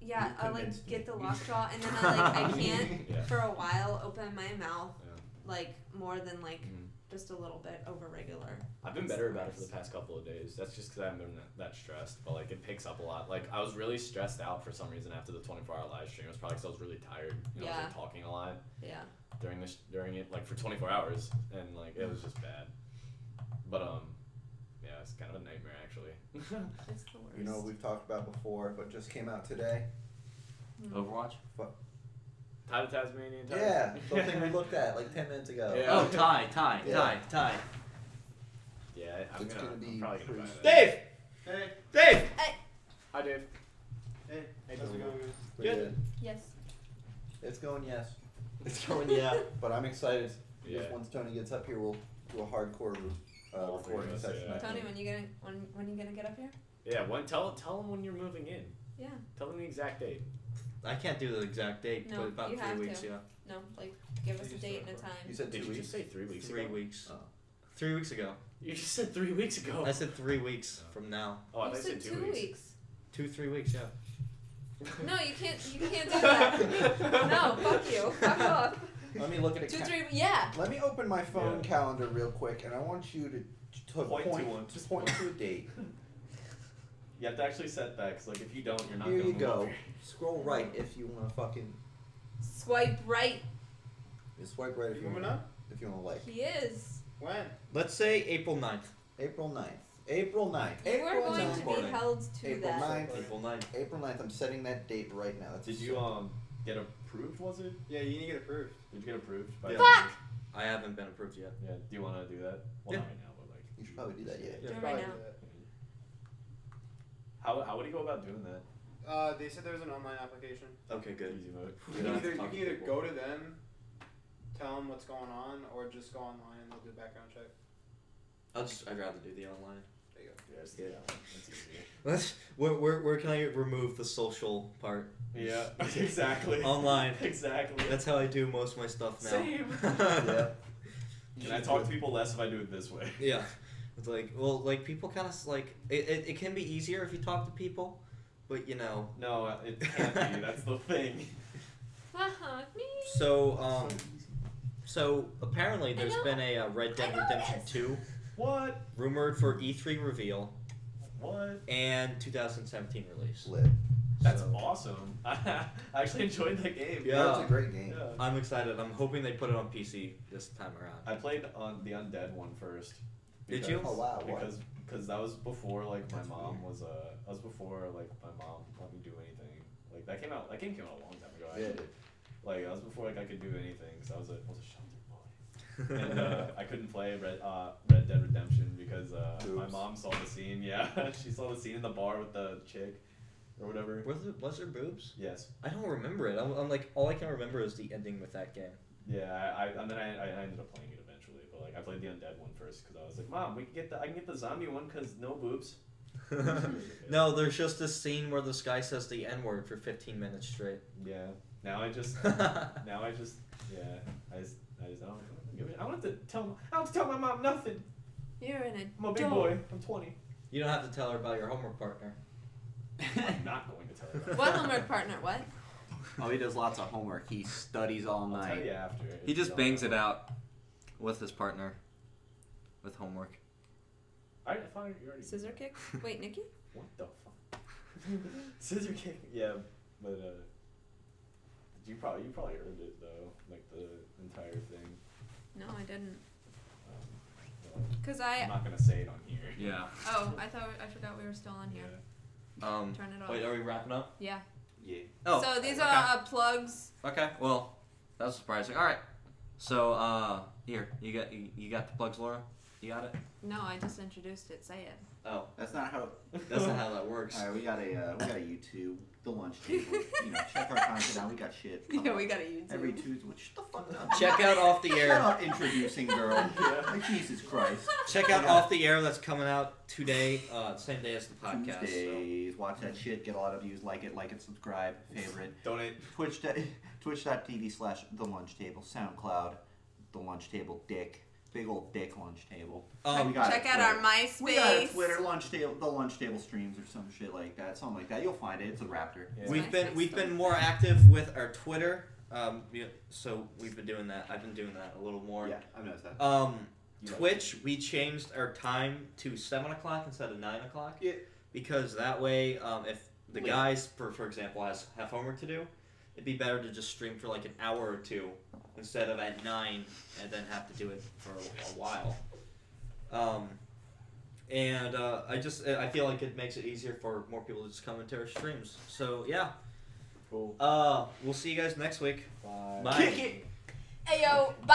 [SPEAKER 2] yeah,
[SPEAKER 3] You
[SPEAKER 2] I'll like
[SPEAKER 3] convinced me.
[SPEAKER 2] get the lockjaw, and then I like I can't
[SPEAKER 4] Yeah.
[SPEAKER 2] for a while open my mouth
[SPEAKER 4] Yeah.
[SPEAKER 2] like more than like
[SPEAKER 4] Mhm.
[SPEAKER 2] just a little bit over regular.
[SPEAKER 4] I've been better about it for the past couple of days. That's just because I haven't been that, that stressed, but like it picks up a lot. Like I was really stressed out for some reason after the 24 hour live stream. It was probably because I was really tired. You know, I was like, talking a lot.
[SPEAKER 2] Yeah.
[SPEAKER 4] during this during it like for 24 hours and like it was just bad but um yeah it's kind of a nightmare actually
[SPEAKER 2] It's the worst.
[SPEAKER 3] You know, we've talked about before, but just came out today.
[SPEAKER 1] Overwatch?
[SPEAKER 4] Tide of Tasmania and Tide of-
[SPEAKER 3] Yeah, the thing we looked at like 10 minutes ago.
[SPEAKER 4] Yeah.
[SPEAKER 1] Oh, tie, tie,
[SPEAKER 3] Yeah.
[SPEAKER 1] tie, tie.
[SPEAKER 4] yeah I'm
[SPEAKER 3] It's
[SPEAKER 4] gonna,
[SPEAKER 3] gonna
[SPEAKER 4] I'm
[SPEAKER 3] be
[SPEAKER 4] probably gonna buy
[SPEAKER 3] pretty-
[SPEAKER 4] that
[SPEAKER 5] Dave.
[SPEAKER 6] Hey,
[SPEAKER 5] Dave.
[SPEAKER 4] hi Dave
[SPEAKER 6] hey,
[SPEAKER 5] Hey,
[SPEAKER 6] how's it
[SPEAKER 5] Joel.
[SPEAKER 6] going? guys?
[SPEAKER 3] We
[SPEAKER 4] Good.
[SPEAKER 3] did.
[SPEAKER 2] Yes.
[SPEAKER 3] It's going yes. It's going yeah, but I'm excited.
[SPEAKER 4] yeah
[SPEAKER 3] Because once Tony gets up here, we'll do a hardcore uh,
[SPEAKER 4] All three of
[SPEAKER 3] recording
[SPEAKER 4] us,
[SPEAKER 3] session.
[SPEAKER 4] yeah.
[SPEAKER 3] I
[SPEAKER 2] Tony,
[SPEAKER 3] think.
[SPEAKER 2] when you gonna when when you gonna get up here?
[SPEAKER 4] yeah when, tell tell them when you're moving in
[SPEAKER 2] Yeah.
[SPEAKER 4] tell them the exact date
[SPEAKER 1] I can't do the exact date,
[SPEAKER 2] No,
[SPEAKER 1] but about
[SPEAKER 2] you
[SPEAKER 1] three
[SPEAKER 2] have
[SPEAKER 1] weeks,
[SPEAKER 2] to.
[SPEAKER 1] yeah.
[SPEAKER 2] No, like give us a
[SPEAKER 6] Please
[SPEAKER 2] date and a
[SPEAKER 6] don't.
[SPEAKER 3] You
[SPEAKER 2] time.
[SPEAKER 3] said
[SPEAKER 4] did
[SPEAKER 3] two
[SPEAKER 4] you
[SPEAKER 3] weeks.
[SPEAKER 4] just say three weeks
[SPEAKER 1] Three
[SPEAKER 4] ago
[SPEAKER 1] weeks.
[SPEAKER 3] Oh.
[SPEAKER 1] Three weeks ago.
[SPEAKER 4] you just said three weeks ago
[SPEAKER 1] I said three weeks from now.
[SPEAKER 4] oh I
[SPEAKER 2] you
[SPEAKER 4] thought you
[SPEAKER 2] said
[SPEAKER 4] said
[SPEAKER 2] two weeks.
[SPEAKER 1] Two, three weeks, yeah.
[SPEAKER 2] No, you can't. You can't do that. no, fuck you. Fuck off.
[SPEAKER 3] Let me look at a
[SPEAKER 2] Two,
[SPEAKER 3] ca-
[SPEAKER 2] three. Yeah.
[SPEAKER 3] Let me open my phone
[SPEAKER 4] Yeah.
[SPEAKER 3] calendar real quick, and I want you to, to
[SPEAKER 4] Point to
[SPEAKER 3] point,
[SPEAKER 4] one.
[SPEAKER 3] just point to a date.
[SPEAKER 4] you have to actually set that 'cause, like if you don't you're not
[SPEAKER 3] Here
[SPEAKER 4] gonna
[SPEAKER 3] you
[SPEAKER 4] move
[SPEAKER 3] go.
[SPEAKER 4] over.
[SPEAKER 3] Scroll right if you want to fucking
[SPEAKER 2] Swipe right.
[SPEAKER 3] just swipe right if
[SPEAKER 6] You
[SPEAKER 3] you
[SPEAKER 6] moving
[SPEAKER 3] want
[SPEAKER 6] up?
[SPEAKER 3] if you want to like.
[SPEAKER 2] He is.
[SPEAKER 6] When?
[SPEAKER 1] Let's say April 9th.
[SPEAKER 3] April 9th. April 9th.
[SPEAKER 2] You
[SPEAKER 3] April
[SPEAKER 2] are going
[SPEAKER 1] ninth.
[SPEAKER 2] to be
[SPEAKER 1] Recording.
[SPEAKER 2] held to
[SPEAKER 3] April
[SPEAKER 2] that.
[SPEAKER 3] ninth.
[SPEAKER 1] April 9th.
[SPEAKER 3] April 9th. I'm setting that date right now. That's
[SPEAKER 4] did you um get approved was it
[SPEAKER 6] Yeah, you need to get approved.
[SPEAKER 4] did you get approved by
[SPEAKER 1] Yeah.
[SPEAKER 2] Fuck.
[SPEAKER 1] I haven't been approved yet.
[SPEAKER 4] Yeah, do you want to do that? Well,
[SPEAKER 1] Yeah.
[SPEAKER 4] not right now, but like.
[SPEAKER 3] You should probably do that, yeah.
[SPEAKER 2] Do it right
[SPEAKER 6] Probably
[SPEAKER 2] now.
[SPEAKER 6] do that.
[SPEAKER 4] How, how would you go about doing that?
[SPEAKER 6] Uh, they said there was an online application.
[SPEAKER 1] Okay, good.
[SPEAKER 4] Easy mode.
[SPEAKER 1] We
[SPEAKER 6] You
[SPEAKER 1] don't
[SPEAKER 6] can
[SPEAKER 1] have to talk
[SPEAKER 6] either, you can
[SPEAKER 1] to
[SPEAKER 6] either
[SPEAKER 1] people.
[SPEAKER 6] go to them, tell them what's going on, or just go online and they'll do a background check.
[SPEAKER 1] I'll just, I'd rather do the online.
[SPEAKER 6] There you go.
[SPEAKER 4] Yeah,
[SPEAKER 1] Yeah.
[SPEAKER 4] that's easy.
[SPEAKER 1] Let's, where, where, where can I remove the social part?
[SPEAKER 4] Yeah, exactly.
[SPEAKER 1] Online.
[SPEAKER 4] Exactly.
[SPEAKER 1] That's how I do most of my stuff now.
[SPEAKER 4] Same.
[SPEAKER 1] yeah.
[SPEAKER 3] Yeah. You
[SPEAKER 4] Can I
[SPEAKER 3] should
[SPEAKER 4] talk
[SPEAKER 3] do
[SPEAKER 4] to
[SPEAKER 3] it.
[SPEAKER 4] people less if I do it this way?
[SPEAKER 1] Yeah. It's like, well, like, people kind of, like, it, it, it can be easier if you talk to people, but, you know.
[SPEAKER 4] No, it can't be. That's the thing.
[SPEAKER 2] Fuck me.
[SPEAKER 1] So, um, so apparently
[SPEAKER 2] I
[SPEAKER 1] there's
[SPEAKER 2] know-
[SPEAKER 1] been a uh, Red Dead
[SPEAKER 2] I know
[SPEAKER 1] Redemption
[SPEAKER 2] this.
[SPEAKER 1] 2
[SPEAKER 4] What?
[SPEAKER 1] rumored for E3 reveal
[SPEAKER 4] What?
[SPEAKER 1] and 2017 release.
[SPEAKER 3] Lit.
[SPEAKER 4] That's
[SPEAKER 1] So-
[SPEAKER 4] awesome. I actually enjoyed that game.
[SPEAKER 1] Yeah.
[SPEAKER 3] That's a great game.
[SPEAKER 4] Yeah.
[SPEAKER 1] I'm excited. I'm hoping they put it on PC this time around.
[SPEAKER 4] I played on the Undead one first.
[SPEAKER 1] Did
[SPEAKER 4] because-
[SPEAKER 1] you?
[SPEAKER 3] Oh wow, what?
[SPEAKER 4] because because that was before like my
[SPEAKER 3] That's
[SPEAKER 4] mom was uh that was before like my mom let me do anything like that came out that game came out a long time ago
[SPEAKER 3] Yeah,
[SPEAKER 4] actually. like that was before like I could do anything because I was a I was a shelter boy and uh, I couldn't play Red uh, Red Dead Redemption because uh, my
[SPEAKER 3] Boobs.
[SPEAKER 4] mom saw the scene yeah she saw the scene in the bar with the chick or whatever
[SPEAKER 1] was, it, was there boobs?
[SPEAKER 4] yes
[SPEAKER 1] I don't remember it. I'm, I'm like, all I can remember is the ending with that game.
[SPEAKER 4] yeah I, I and then I, I ended up playing it eventually but like I played the undead one first because I was like mom we can get the I can get the zombie one because no boobs
[SPEAKER 1] no, there's just this scene where this guy says the N word for 15 minutes straight.
[SPEAKER 4] yeah now I just Now I just, yeah, I just, I just, I don't, give a- I don't have to tell, I don't have to tell my mom nothing.
[SPEAKER 2] You're in a
[SPEAKER 4] I'm a big
[SPEAKER 2] dope.
[SPEAKER 4] boy. I'm 20.
[SPEAKER 1] You don't have to tell her about your homework partner.
[SPEAKER 4] I'm not going to tell her. That.
[SPEAKER 2] What homework partner? What?
[SPEAKER 3] Oh, he does lots of homework. He studies all
[SPEAKER 4] I'll tell
[SPEAKER 3] night.
[SPEAKER 4] you after.
[SPEAKER 7] He
[SPEAKER 4] It's
[SPEAKER 7] just
[SPEAKER 4] all-
[SPEAKER 7] bangs it out with his partner with homework.
[SPEAKER 4] I thought you already.
[SPEAKER 2] Scissor kick? Wait, Nikki?
[SPEAKER 4] What the fuck? Scissor kick. Yeah, but uh, you probably you probably earned it though, like the entire thing.
[SPEAKER 2] No, I didn't.
[SPEAKER 4] Um,
[SPEAKER 2] Cause
[SPEAKER 4] I'm
[SPEAKER 2] I
[SPEAKER 4] not gonna say it on here.
[SPEAKER 7] Yeah.
[SPEAKER 2] oh I thought I forgot we were still on here.
[SPEAKER 7] Um.
[SPEAKER 2] Turn it off.
[SPEAKER 7] Wait, are we wrapping up?
[SPEAKER 2] Yeah.
[SPEAKER 4] Yeah.
[SPEAKER 7] Oh.
[SPEAKER 2] so these
[SPEAKER 7] okay.
[SPEAKER 2] are uh, plugs.
[SPEAKER 7] Okay. Well, that was surprising. All right. So uh, here you got you, you got the plugs, Laura. You got it.
[SPEAKER 2] No, I just introduced it. Say it.
[SPEAKER 7] Oh,
[SPEAKER 3] That's not how.
[SPEAKER 7] that's not how that works.
[SPEAKER 3] All right, we got a uh, we got a YouTube, the lunch table. You know, check our content out. We got shit. coming
[SPEAKER 2] yeah, we got a YouTube.
[SPEAKER 3] every Tuesday. What, shut the fuck up.
[SPEAKER 1] Check out off the
[SPEAKER 3] Shut
[SPEAKER 1] air.
[SPEAKER 3] up, introducing girl.
[SPEAKER 4] Yeah.
[SPEAKER 3] Like Jesus Christ.
[SPEAKER 1] Check out off the air. That's coming out today, uh, same day as the podcast. So.
[SPEAKER 3] Tuesdays. Watch that shit. Get a lot of views. Like it. Like it. Subscribe. Favorite.
[SPEAKER 4] Donate.
[SPEAKER 3] Twitch. Twitch.tv slash the lunch table. SoundCloud. The lunch table. Dick. Big old dick lunch table.
[SPEAKER 1] Um,
[SPEAKER 3] we got
[SPEAKER 2] Check
[SPEAKER 3] a
[SPEAKER 2] out our
[SPEAKER 3] Twitter.
[SPEAKER 2] MySpace.
[SPEAKER 3] We got a Twitter lunch table, the lunch table streams or some shit like that, something like that. You'll find it. It's a Raptor.
[SPEAKER 4] Yeah.
[SPEAKER 1] We've
[SPEAKER 2] my
[SPEAKER 1] been
[SPEAKER 2] sex
[SPEAKER 1] we've
[SPEAKER 2] phone.
[SPEAKER 1] been more active with our Twitter. Um, you know, so we've been doing that. I've been doing that a little more.
[SPEAKER 3] Yeah, I've noticed that.
[SPEAKER 1] Um,
[SPEAKER 4] You know.
[SPEAKER 1] Twitch, we changed our time to seven o'clock instead of nine o'clock.
[SPEAKER 8] Yeah.
[SPEAKER 1] Because that way, um, if the
[SPEAKER 3] Wait.
[SPEAKER 1] guys, for for example, has have homework to do, it'd be better to just stream for like an hour or two instead of at nine and then have to do it for a, a while. Um, and uh, I just I feel like it makes it easier for more people to just come into our streams. So yeah,
[SPEAKER 4] Cool.
[SPEAKER 1] uh, we'll see you guys next week.
[SPEAKER 4] Bye.
[SPEAKER 1] Bye.
[SPEAKER 3] Kick it.
[SPEAKER 2] Ayo, bye.